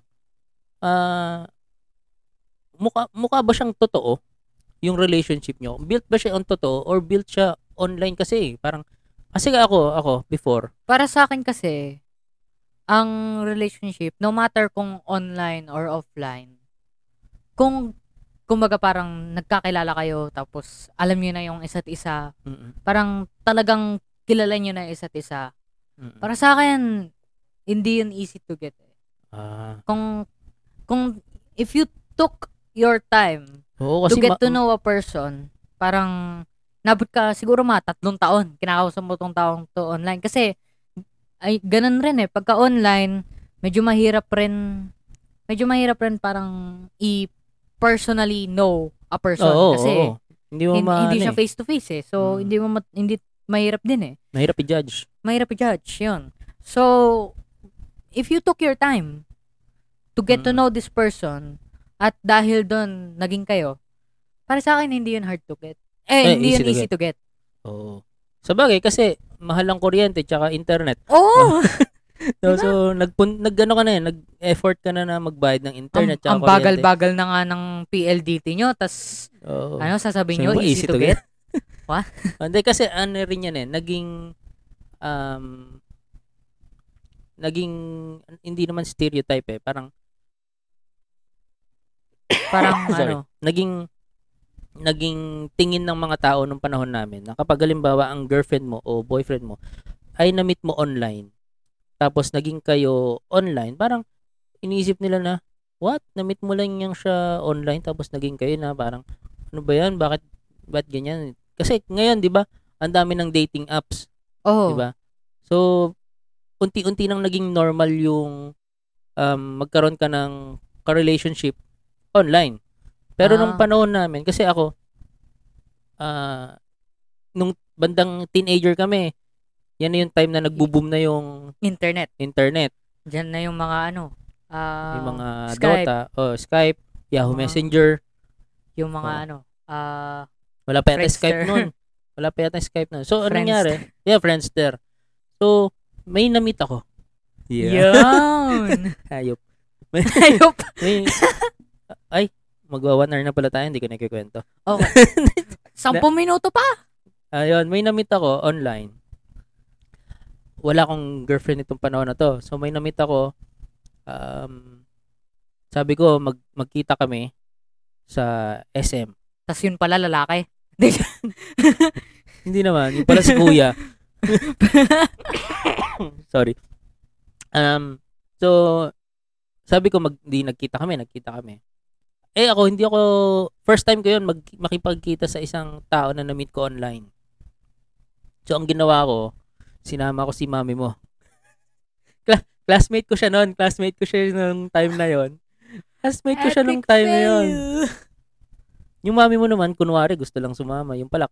Speaker 1: ah mukha mukha ba siyang totoo yung relationship nyo? Built ba siya on totoo or built siya online kasi? eh? Parang kasi ako ako before
Speaker 2: Para sa akin kasi, ang relationship, no matter kung online or offline, kung, kumbaga parang nagkakilala kayo, tapos alam niyo na yung isa't isa,
Speaker 1: mm
Speaker 2: parang talagang kilala nyo na isa't isa.
Speaker 1: Mm-mm.
Speaker 2: Para sa akin, hindi yun easy to get. eh.
Speaker 1: Ah.
Speaker 2: Kung, kung, if you took your time
Speaker 1: Oo, kasi
Speaker 2: to
Speaker 1: ma-
Speaker 2: get to know a person, parang, nabot ka siguro mga tatlong taon, kinakausap mo tong taong to online. Kasi, ay, ganun rin eh. Pagka online, medyo mahirap rin, medyo mahirap rin parang i-personally know a person.
Speaker 1: Oo,
Speaker 2: kasi,
Speaker 1: oo. Hindi mo
Speaker 2: hin-
Speaker 1: ma-
Speaker 2: hindi
Speaker 1: ano
Speaker 2: siya
Speaker 1: eh,
Speaker 2: face to face eh. So,
Speaker 1: Mm.
Speaker 2: hindi mo, mat- hindi, mahirap din eh
Speaker 1: Mahirap i-judge.
Speaker 2: mahirap i-judge yun. So, if you took your time to get to
Speaker 1: Mm.
Speaker 2: know this person at dahil doon naging kayo, para sa akin hindi yun hard to get.
Speaker 1: Eh,
Speaker 2: Eh, hindi
Speaker 1: easy
Speaker 2: yun
Speaker 1: to
Speaker 2: easy to get.
Speaker 1: Oo. Sa bagay, kasi mahal ang kuryente tsaka internet.
Speaker 2: (laughs) Oo!
Speaker 1: No,
Speaker 2: Diba?
Speaker 1: So, nagpun- nag, ano ka na eh, nag-effort ka na na magbayad ng
Speaker 2: ang,
Speaker 1: internet tsaka
Speaker 2: ang
Speaker 1: kuryente.
Speaker 2: bagal-bagal na nga ng PLDT nyo, tas
Speaker 1: Oo.
Speaker 2: ano sasabihin nyo,
Speaker 1: Sabi mo,
Speaker 2: easy, to
Speaker 1: (laughs)
Speaker 2: get? What?
Speaker 1: Hindi, kasi ano rin yan eh, naging, um, naging, hindi naman stereotype eh, parang,
Speaker 2: Parang (laughs)
Speaker 1: Sorry.
Speaker 2: ano,
Speaker 1: naging, naging tingin ng mga tao nung panahon namin na kapag halimbawa ang girlfriend mo o boyfriend mo ay na-meet mo online, tapos naging kayo online, parang iniisip nila na, what? Na-meet mo lang yung siya online, tapos naging kayo na parang, ano ba yan? Bakit, ba't ganyan? Kasi ngayon, di ba, ang dami ng dating apps.
Speaker 2: oh,
Speaker 1: Diba? So, unti-unti nang naging normal yung um, magkaroon ka ng ka-relationship online. Pero nung
Speaker 2: Ah.
Speaker 1: panahon namin, kasi ako, ah, nung bandang teenager kami, yan na yung time na nagbo-boom na yung
Speaker 2: internet.
Speaker 1: internet.
Speaker 2: Diyan na yung mga ano, ah,
Speaker 1: yung mga
Speaker 2: Skype. Ah.
Speaker 1: Dota, oh, Skype, Yahoo
Speaker 2: Mga-
Speaker 1: Messenger.
Speaker 2: yung mga
Speaker 1: Oh.
Speaker 2: ano, ah,
Speaker 1: Wala pa yata
Speaker 2: Friendster.
Speaker 1: Skype
Speaker 2: (laughs)
Speaker 1: nun. Wala pa yata Skype nun. So, anong
Speaker 2: Friendster.
Speaker 1: nangyari? Yeah, Friendster. So, may na-meet ako.
Speaker 2: yun.
Speaker 1: (laughs) Hayop.
Speaker 2: Ayop.
Speaker 1: May, ay, magwa one hour na pala tayo, hindi ko na kikwento.
Speaker 2: Sampung minuto pa.
Speaker 1: Ayun, may na-meet ako online. Wala akong girlfriend itong panahon na to. So, may na-meet ako. Um, sabi ko, mag, magkita kami sa SM.
Speaker 2: Tas yun pala lalaki.
Speaker 1: Hindi naman, yung pala si kuya. Sorry. Um, so, sabi ko, mag, di nagkita kami, nagkita kami. Eh ako, hindi ako, first time ko yun, mag, makipagkita sa isang tao na na-meet ko online. So, ang ginawa ko, sinama ko si mami mo. (laughs) Cla- classmate ko siya noon, classmate ko siya nung time na yon. Classmate ko siya nung time na yon. Yung mami mo naman, kunwari, gusto lang sumama. Yung pala,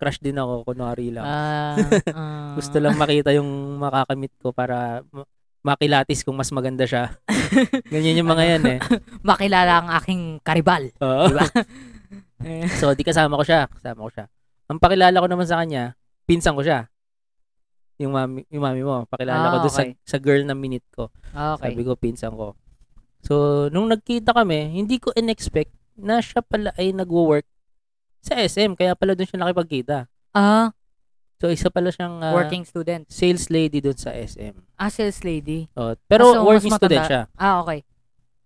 Speaker 1: crush din ako, kunwari
Speaker 2: (laughs)
Speaker 1: lang.
Speaker 2: Ah, ah.
Speaker 1: Gusto lang makita yung makakamit ko para ma- makilatis kung mas maganda
Speaker 2: (laughs)
Speaker 1: siya. Ganyan yung mga yan eh.
Speaker 2: makilala ang aking karibal.
Speaker 1: Oo.
Speaker 2: Ano? Diba?
Speaker 1: so, di kasama ko siya. Kasama ko siya. Ang pakilala ko naman sa kanya, pinsan ko siya. Yung mami, yung mami mo. Pakilala
Speaker 2: Ah,
Speaker 1: ko doon
Speaker 2: okay.
Speaker 1: sa, sa girl na minute ko.
Speaker 2: Okay.
Speaker 1: Sabi ko, pinsan ko. So, nung nagkita kami, hindi ko in-expect na siya pala ay nagwo-work sa SM. Kaya pala doon siya nakipagkita.
Speaker 2: Ah,
Speaker 1: So, isa pala siyang ah,
Speaker 2: working student.
Speaker 1: sales lady doon sa SM.
Speaker 2: Ah, sales lady.
Speaker 1: Oh, pero
Speaker 2: Ah, so, mas
Speaker 1: working student
Speaker 2: matanda.
Speaker 1: siya.
Speaker 2: Ah, okay.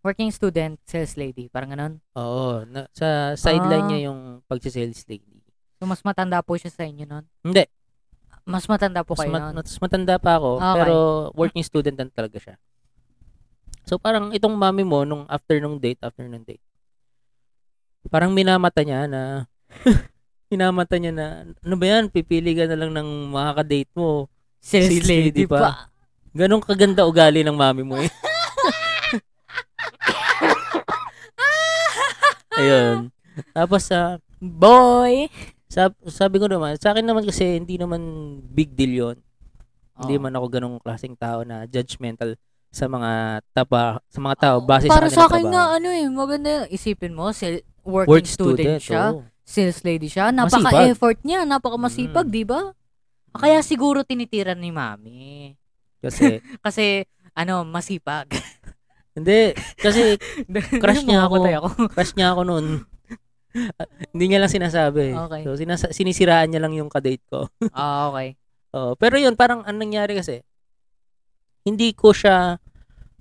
Speaker 2: Working student, sales lady. Parang ganun.
Speaker 1: Oo, na, sa sideline
Speaker 2: Ah.
Speaker 1: niya yung pagsi-sales lady.
Speaker 2: So, mas matanda po siya sa inyo nun?
Speaker 1: Hindi,
Speaker 2: Mas matanda po
Speaker 1: mas,
Speaker 2: kayo
Speaker 1: mat-
Speaker 2: nun?
Speaker 1: mas matanda pa ako,
Speaker 2: Ah, Okay.
Speaker 1: pero working student lang talaga siya. So parang itong mami mo nung after nung date, after nung date. Parang minamata niya na (laughs) minamata niya na ano ba yan, pipili ka na lang ng makaka-date mo.
Speaker 2: Sales,
Speaker 1: sales lady
Speaker 2: lady,
Speaker 1: pa.
Speaker 2: pa.
Speaker 1: Ganong kaganda ugali ng mami mo
Speaker 2: (laughs)
Speaker 1: eh. Ayun. Tapos ah, sa
Speaker 2: Boy!
Speaker 1: Sab- sabi ko naman, sa akin naman kasi hindi naman big deal yon.
Speaker 2: Ah. Oh.
Speaker 1: Hindi man ako ganong klaseng tao na judgmental sa mga taba sa mga tao base
Speaker 2: Ah, Para
Speaker 1: sa
Speaker 2: sa
Speaker 1: kanilang
Speaker 2: akin nga,
Speaker 1: trabaho.
Speaker 2: ano eh, maganda yun. Isipin mo, sel- working
Speaker 1: Work
Speaker 2: student,
Speaker 1: student,
Speaker 2: siya,
Speaker 1: oo.
Speaker 2: sales lady siya.
Speaker 1: Masipag. Mm.
Speaker 2: Napaka-effort niya, napaka-masipag, di ba? Kaya siguro tinitira ni mami. (laughs)
Speaker 1: Kasi
Speaker 2: Kasi, ano, masipag. (laughs)
Speaker 1: hindi kasi Crush niya ako.
Speaker 2: Nakakatay ako. (laughs)
Speaker 1: crush niya ako noon. (laughs) hindi niya lang sinasabi.
Speaker 2: Okay.
Speaker 1: So sinasa- sinisiraan niya lang yung kadate ko.
Speaker 2: Ah, okay.
Speaker 1: Oo, pero yun parang ang nangyari kasi hindi ko siya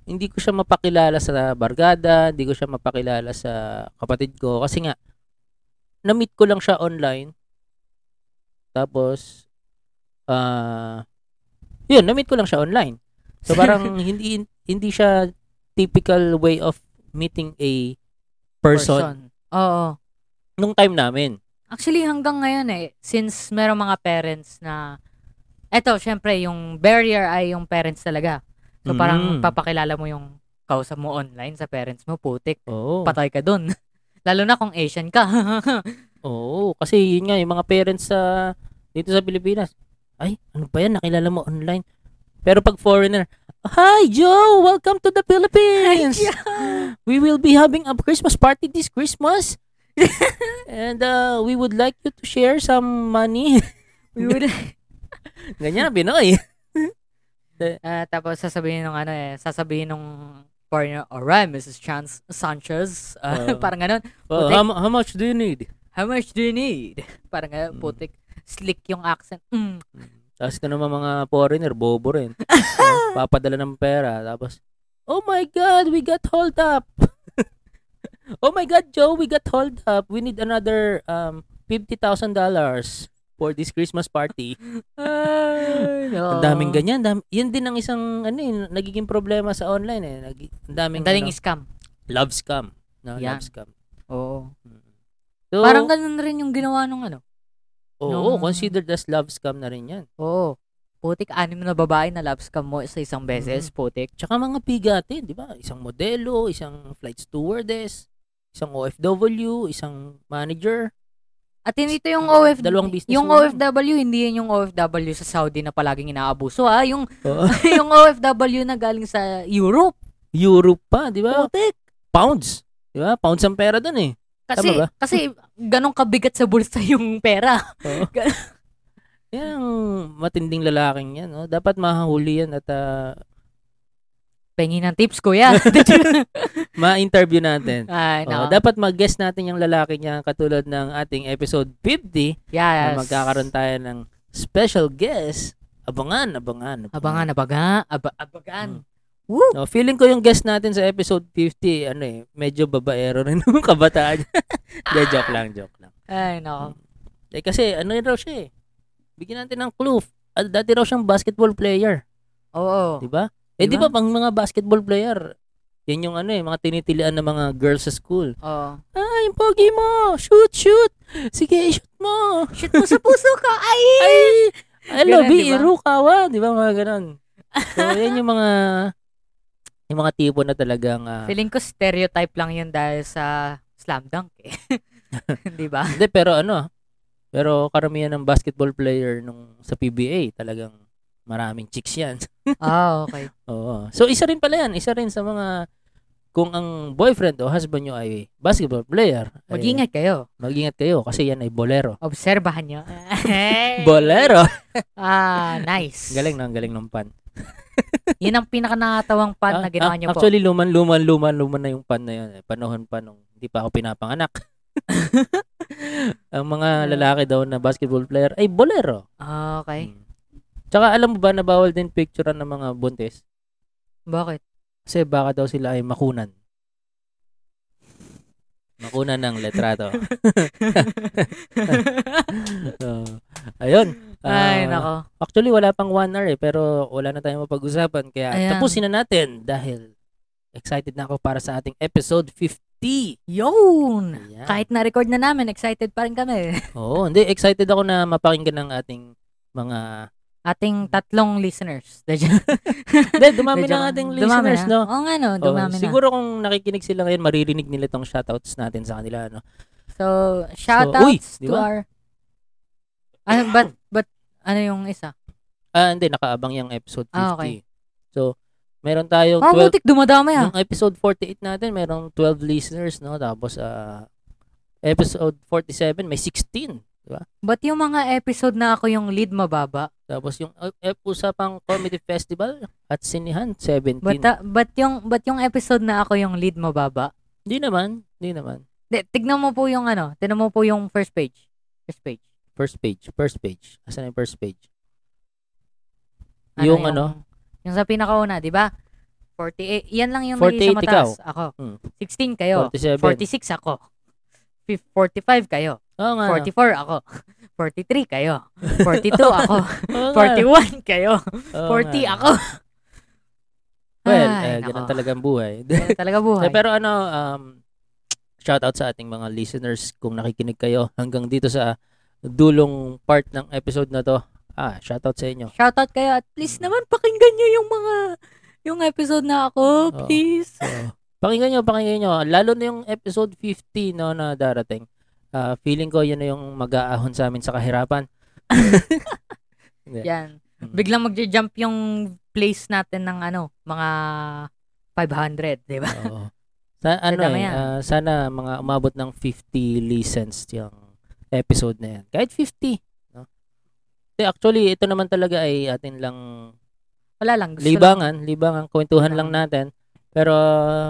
Speaker 1: hindi ko siya mapakilala sa barkada, hindi ko siya mapakilala sa kapatid ko kasi nga na-meet ko lang siya online. Tapos ah Yun, na-meet ko lang siya online. So
Speaker 2: (laughs)
Speaker 1: parang hindi hindi siya typical way of meeting a person,
Speaker 2: Oo.
Speaker 1: nung time namin.
Speaker 2: Actually, hanggang ngayon eh, since merong mga parents na, eto, syempre, yung barrier ay yung parents talaga. So,
Speaker 1: Mm.
Speaker 2: parang papakilala mo yung kausap mo online sa parents mo, putik,
Speaker 1: Oo.
Speaker 2: patay ka dun. (laughs) Lalo na kung Asian ka. (laughs)
Speaker 1: Oo, kasi yun nga, yung mga parents sa dito sa Pilipinas, ay, ano ba yan, nakilala mo online. Pero pag foreigner, Hi Joe, welcome to the
Speaker 2: (laughs)
Speaker 1: Philippines. We will be having a Christmas party this Christmas. And uh, we would like you to share some money. (laughs)
Speaker 2: We would-
Speaker 1: Ganyan ang Pinoy.
Speaker 2: Ah, tapos sasabihin nung ano eh, sasabihin nung foreigner, alright, Mrs. Chance Sanchez. Ah,
Speaker 1: Oo.
Speaker 2: (laughs) parang ganun,
Speaker 1: Oh, how, mu- how much do you need?
Speaker 2: how much do you need? (laughs) Parang
Speaker 1: Mm.
Speaker 2: ganun, putik. Slick yung accent. Mm.
Speaker 1: Tapos ito naman mga foreigner, bobo
Speaker 2: (laughs)
Speaker 1: rin. Ah, Papadala ng pera. Tapos, oh my God, we got hold up. (laughs) oh my God, Joe, we got hold up. We need another um, $50,000 for this Christmas
Speaker 2: (laughs)
Speaker 1: party. (laughs)
Speaker 2: Ay,
Speaker 1: Ang
Speaker 2: no.
Speaker 1: daming ganyan. Dam- yan din ang isang ano, eh, nagiging problema sa online. Eh. Nag- ang daming
Speaker 2: Ang daling
Speaker 1: ano,
Speaker 2: scam.
Speaker 1: love scam. No,
Speaker 2: Yan.
Speaker 1: love scam.
Speaker 2: Oo.
Speaker 1: Mm. So,
Speaker 2: Parang ganun rin yung ginawa nung ano.
Speaker 1: oo,
Speaker 2: nung-
Speaker 1: considered as love scam na rin yan.
Speaker 2: Oo. Putik, anim na babae na love scam mo sa isang beses,
Speaker 1: Mm-hmm.
Speaker 2: putik.
Speaker 1: Tsaka mga bigatin, di ba? Isang modelo, isang flight stewardess, isang OFW, isang manager.
Speaker 2: At hindi ito yung OF...
Speaker 1: Dalawang business
Speaker 2: Yung
Speaker 1: woman.
Speaker 2: OFW, hindi yan yung OFW sa Saudi na palaging inaabuso, ah. Yung, (laughs)
Speaker 1: Oo.
Speaker 2: yung OFW na galing sa Europe.
Speaker 1: (laughs) Europe pa, di ba?
Speaker 2: Putik.
Speaker 1: Pounds. Di ba? Pounds ang pera dun eh.
Speaker 2: Kasi,
Speaker 1: Tama ba?
Speaker 2: kasi ganong kabigat sa bulsa yung pera. (laughs)
Speaker 1: Oo.
Speaker 2: Gan-
Speaker 1: yan ang matinding lalaking yan. No? Dapat mahahuli yan at ah,
Speaker 2: Pengi ng tips, kuya.
Speaker 1: ma-interview natin.
Speaker 2: (laughs) Ay,
Speaker 1: (laughs) Oo,
Speaker 2: nako.
Speaker 1: dapat mag-guess natin yung lalaki niya katulad ng ating episode 50
Speaker 2: yes.
Speaker 1: na magkakaroon tayo ng special guest. Abangan, abangan.
Speaker 2: Abangan, abaga, aba- abagan.
Speaker 1: Mm. No, feeling ko yung guest natin sa episode 50, ano eh, medyo babaero rin (laughs) ng kabataan. Hindi, joke lang, joke lang.
Speaker 2: Ay, nako.
Speaker 1: Eh, kasi ano yun raw siya eh. Bigyan natin ng clue. At dati raw siyang basketball player,
Speaker 2: Oo.
Speaker 1: di ba? Eh, di
Speaker 2: Oh. Di ba?
Speaker 1: ba, pang mga basketball player, yan yung ano eh, mga tinitilian ng mga girls sa school.
Speaker 2: Oo.
Speaker 1: Ay, yung pogi mo! Shoot, shoot! Sige, shoot mo!
Speaker 2: Shit mo sa puso ko. Ay!
Speaker 1: (laughs) Ay! I love
Speaker 2: (laughs) Ganun, di
Speaker 1: you,
Speaker 2: ba?
Speaker 1: Irukawa! Di ba, mga ganun. So, yan yung mga, yung mga tipo na talagang, ah,
Speaker 2: Feeling ko stereotype lang yun dahil sa slam dunk eh.
Speaker 1: (laughs)
Speaker 2: Di ba?
Speaker 1: Hindi, pero ano, pero karamihan ng basketball player nung sa PBA, talagang maraming chicks yan. (laughs)
Speaker 2: Ah, okay.
Speaker 1: Oo. So, isa rin pala yan. Isa rin sa mga, kung ang boyfriend o husband nyo ay basketball player, ay
Speaker 2: Mag-ingat kayo.
Speaker 1: mag-ingat kayo kasi yan ay bolero.
Speaker 2: Obserbahan
Speaker 1: (laughs)
Speaker 2: nyo.
Speaker 1: Bolero!
Speaker 2: ah, nice.
Speaker 1: galing na, ang galing ng pan.
Speaker 2: Yun ang pinaka nakatawang pad na
Speaker 1: Ah,
Speaker 2: ginawa
Speaker 1: ah,
Speaker 2: nyo po.
Speaker 1: Actually, luman, luman, luman, luman na yung pan na yun. eh. Panahon pa nung hindi pa ako pinapanganak. (laughs) ang
Speaker 2: Mm.
Speaker 1: mga lalaki daw na basketball player ay bolero.
Speaker 2: Ah, okay.
Speaker 1: Mm. Tsaka alam mo ba na bawal din picturean ng mga buntis?
Speaker 2: Bakit?
Speaker 1: Kasi baka daw sila ay makunan. Makunan ng letrato. (laughs) So, ayun. Ah,
Speaker 2: Ay, nako.
Speaker 1: Actually, wala pang one hour eh, pero wala na tayong mapag-usapan. Kaya
Speaker 2: Ayan.
Speaker 1: tapusin na natin dahil excited na ako para sa ating episode 50.
Speaker 2: Yun!
Speaker 1: Ayan.
Speaker 2: Kahit na-record na namin, excited pa rin kami. (laughs)
Speaker 1: Oo, hindi. Excited ako na mapakinggan ng ating mga...
Speaker 2: Ating tatlong listeners. (laughs) Medyo-
Speaker 1: Hindi, dumami
Speaker 2: medyo-
Speaker 1: na ang ating
Speaker 2: dumami
Speaker 1: listeners,
Speaker 2: na.
Speaker 1: no?
Speaker 2: Oo nga, no.
Speaker 1: Oo,
Speaker 2: Dumami na.
Speaker 1: Oh, siguro kung nakikinig sila ngayon, maririnig nila tong shoutouts natin sa kanila. ano. No?
Speaker 2: So,
Speaker 1: So, uy,
Speaker 2: shoutouts
Speaker 1: di
Speaker 2: to
Speaker 1: ba?
Speaker 2: our... Ano, but, but, ano yung isa?
Speaker 1: Ah, hindi, nakaabang yung episode 50.
Speaker 2: Ah, okay.
Speaker 1: So, Hmm? meron tayong
Speaker 2: Ah, butik, dumadami ah.
Speaker 1: Nung episode 48 natin, merong 12 listeners, no? Tapos, ah, episode 47, may 16.
Speaker 2: But yung mga episode na ako yung lead mababa.
Speaker 1: Tapos, yung uh, ep- usapang comedy festival at sinihan, 17.
Speaker 2: But, ah, but yung but yung episode na ako yung lead mababa.
Speaker 1: Hindi naman, hindi naman.
Speaker 2: De, tignan mo po yung ano, tignan mo po yung first page. First page.
Speaker 1: First page, first page. Asan yung first page?
Speaker 2: Ano
Speaker 1: yung, ano?
Speaker 2: Yung sa pinakauna, di ba? 48. Yan lang yung
Speaker 1: 48
Speaker 2: 48 sa mataas. Ako.
Speaker 1: Hmm.
Speaker 2: 16 kayo.
Speaker 1: 47.
Speaker 2: 46 ako. Fif- 45 kayo.
Speaker 1: Oo nga. no?
Speaker 2: 44 ako. (laughs) 43
Speaker 1: (laughs)
Speaker 2: kayo. 42 ako.
Speaker 1: Oo nga.
Speaker 2: 41 kayo.
Speaker 1: Oo
Speaker 2: 40
Speaker 1: nga.
Speaker 2: ako.
Speaker 1: (laughs) Well, eh,
Speaker 2: Ay, nako.
Speaker 1: ganun talaga ang buhay. (laughs)
Speaker 2: Ganun talaga buhay.
Speaker 1: Eh, pero ano, um, shout out sa ating mga listeners kung nakikinig kayo hanggang dito sa dulong part ng episode na to. Ah, shout out sa inyo.
Speaker 2: Shoutout kayo at please naman pakinggan nyo yung mga yung episode na ako,
Speaker 1: Oo.
Speaker 2: please.
Speaker 1: So, pakinggan nyo, pakinggan nyo. Lalo na yung episode 50 no, na darating. Ah, feeling ko yun na yung mag-aahon sa amin sa kahirapan. Hindi.
Speaker 2: Yan.
Speaker 1: Mm.
Speaker 2: Biglang magja-jump yung place natin ng ano, mga 500, di ba?
Speaker 1: Oo. Sa, ano
Speaker 2: Tama
Speaker 1: eh,
Speaker 2: yan.
Speaker 1: ah, sana mga umabot ng 50 listens yung episode na yan. Kahit 50. No? Kasi actually, ito naman talaga ay atin lang
Speaker 2: Wala lang. Gusto lang.
Speaker 1: libangan, libangan, kwentuhan lang natin. Pero,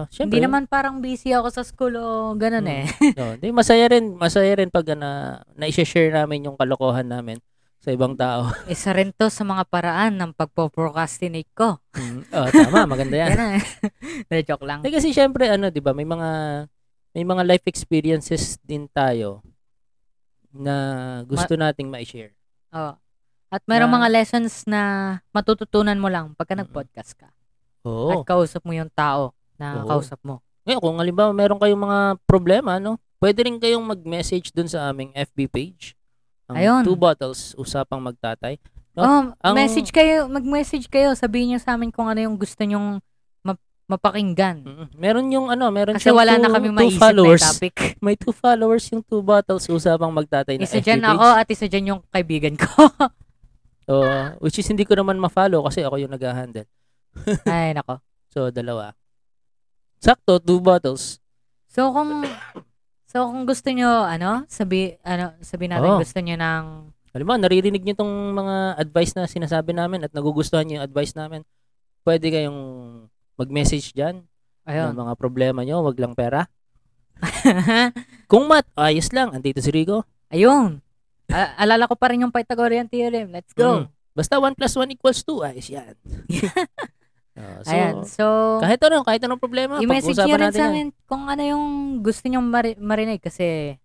Speaker 1: syempre,
Speaker 2: Hindi naman parang busy ako sa school o ganun
Speaker 1: Mm.
Speaker 2: eh.
Speaker 1: no, hindi, masaya rin, masaya rin pag ah, na, na-share namin yung kalokohan namin sa ibang
Speaker 2: (laughs)
Speaker 1: tao.
Speaker 2: Isa rin to sa mga paraan ng pagpo-procrastinate ko.
Speaker 1: Mm. oh, tama, maganda yan.
Speaker 2: Yan eh. (laughs) Hindi, joke lang.
Speaker 1: Eh, kasi syempre ano, 'di ba, may mga may mga life experiences din tayo na gusto nating ma-share.
Speaker 2: Oo. At mayroong
Speaker 1: Na-
Speaker 2: mga lessons na matututunan mo lang pagka
Speaker 1: Mm-mm. Oh.
Speaker 2: nag-podcast ka. At
Speaker 1: Oo.
Speaker 2: kausap mo yung tao na
Speaker 1: Oo.
Speaker 2: kausap mo.
Speaker 1: Ngayon, kung halimbawa meron kayong mga problema, no? Pwede rin kayong mag-message dun sa aming FB page. Ang
Speaker 2: Ayun.
Speaker 1: Two Bottles, Usapang Magtatay. No,
Speaker 2: Oh,
Speaker 1: ang-
Speaker 2: message kayo, mag-message kayo. Sabihin niyo sa amin kung ano yung gusto niyong map- mapakinggan.
Speaker 1: Mm, Meron yung ano, meron
Speaker 2: Kasi
Speaker 1: siyang
Speaker 2: wala
Speaker 1: two,
Speaker 2: na kami
Speaker 1: two
Speaker 2: maisip
Speaker 1: followers.
Speaker 2: na
Speaker 1: (laughs)
Speaker 2: topic.
Speaker 1: May two followers yung Two Bottles, Usapang Magtatay na
Speaker 2: Isa
Speaker 1: FB
Speaker 2: dyan oh.
Speaker 1: page.
Speaker 2: ako at isa dyan yung kaibigan ko. (laughs)
Speaker 1: Oo, which is hindi ko naman ma-follow kasi ako yung nag-handle.
Speaker 2: Ay, nako.
Speaker 1: So, dalawa. Sakto, Two Bottles.
Speaker 2: So kung So kung gusto niyo ano, sabi ano, sabi natin
Speaker 1: Oo.
Speaker 2: gusto niyo ng
Speaker 1: Halimbawa, naririnig nyo tong mga advice na sinasabi namin at nagugustuhan nyo yung advice namin, pwede kayong mag-message dyan ng
Speaker 2: ayun.
Speaker 1: mga problema nyo, wag lang pera. Kung mat, ayos lang, andito si Rico.
Speaker 2: (laughs) ayun. A- alala ko pa rin yung Pythagorean theorem. Let's
Speaker 1: Mm.
Speaker 2: go.
Speaker 1: Basta 1 plus 1 equals 2, ayos yan.
Speaker 2: (laughs)
Speaker 1: Oo, so,
Speaker 2: Ayan. So
Speaker 1: kahit ano, kahit anong problema,
Speaker 2: i-message niyo
Speaker 1: pag-usapan
Speaker 2: rin
Speaker 1: natin
Speaker 2: sa
Speaker 1: yan.
Speaker 2: amin kung ano yung gusto niyo mari- marinig kasi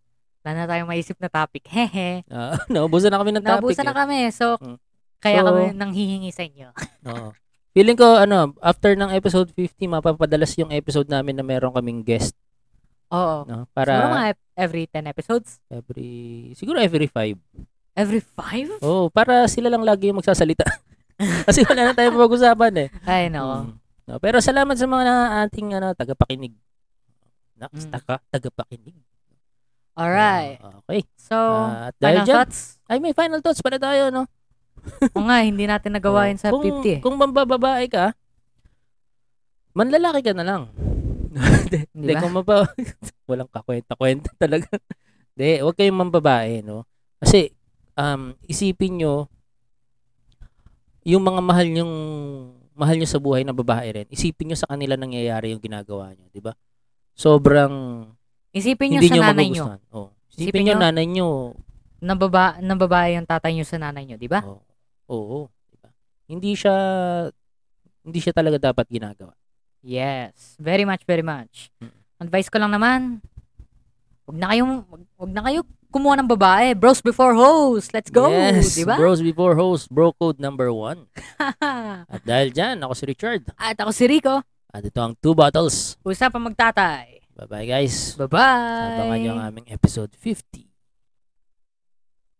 Speaker 2: wala na tayong maisip na topic. (laughs) Hehe.
Speaker 1: Ah, (laughs) naubusan na kami ng topic.
Speaker 2: Naubusan na
Speaker 1: eh.
Speaker 2: kami. So
Speaker 1: Mm.
Speaker 2: kaya
Speaker 1: So-
Speaker 2: kami nang hihingi
Speaker 1: (laughs)
Speaker 2: sa inyo.
Speaker 1: Oo. Feeling ko, ano, after ng episode 50, mapapadalas yung episode namin na meron kaming guest.
Speaker 2: Oo.
Speaker 1: No?
Speaker 2: Siguro
Speaker 1: Para
Speaker 2: mga ep- every 10 episodes,
Speaker 1: every, siguro every 5.
Speaker 2: every
Speaker 1: (laughs)
Speaker 2: 5?
Speaker 1: Oo, oh, para sila lang lagi yung magsasalita. (laughs) Kasi wala na tayong pag-usapan eh.
Speaker 2: Ay nako.
Speaker 1: Mm. No, pero salamat sa mga ating ano, tagapakinig. Naks,
Speaker 2: Mm.
Speaker 1: taka, tagapakinig.
Speaker 2: Alright.
Speaker 1: Ah, okay.
Speaker 2: So
Speaker 1: Ah, at dahil
Speaker 2: final
Speaker 1: dyan, (laughs)
Speaker 2: thoughts?
Speaker 1: ay may final thoughts pala tayo, no?
Speaker 2: O nga, hindi natin nagawa yun sa
Speaker 1: Oh, kung,
Speaker 2: 50 eh.
Speaker 1: Kung mambababae ka, manlalaki ka na
Speaker 2: (laughs)
Speaker 1: lang. Hindi,
Speaker 2: Di ba?
Speaker 1: kung maba... (laughs) walang kakwenta-kwenta (laughs) talaga. Hindi, huwag kayong mambabae, no? Kasi, um, isipin nyo, yung mga mahal nyong mahal nyo sa buhay na babae rin, isipin nyo sa kanila nangyayari yung ginagawa nyo, di ba? Sobrang
Speaker 2: Isipin nyo
Speaker 1: hindi
Speaker 2: sa
Speaker 1: nyo
Speaker 2: nanay nyo.
Speaker 1: magugustuhan. Oo.
Speaker 2: Isipin
Speaker 1: Isipin nyo
Speaker 2: nyo-
Speaker 1: nanay nyo.
Speaker 2: Na, baba, na babae yung tatay nyo sa nanay nyo, di ba?
Speaker 1: Oo. Oo. di ba? Hindi siya hindi siya talaga dapat ginagawa.
Speaker 2: Yes. Very much, very much. Advice ko lang naman, wag na kayong, wag, wag na kayo kumuha ng babae. Bros before hoes. Let's go. diba?
Speaker 1: yes,
Speaker 2: Di ba?
Speaker 1: bros before hoes, bro code number one. At dahil dyan, ako si Richard.
Speaker 2: (laughs) At ako si Rico.
Speaker 1: At ito ang Two Bottles.
Speaker 2: Usapang magtatay.
Speaker 1: Bye-bye guys.
Speaker 2: Bye-bye.
Speaker 1: Abangan nyo ang aming episode 50.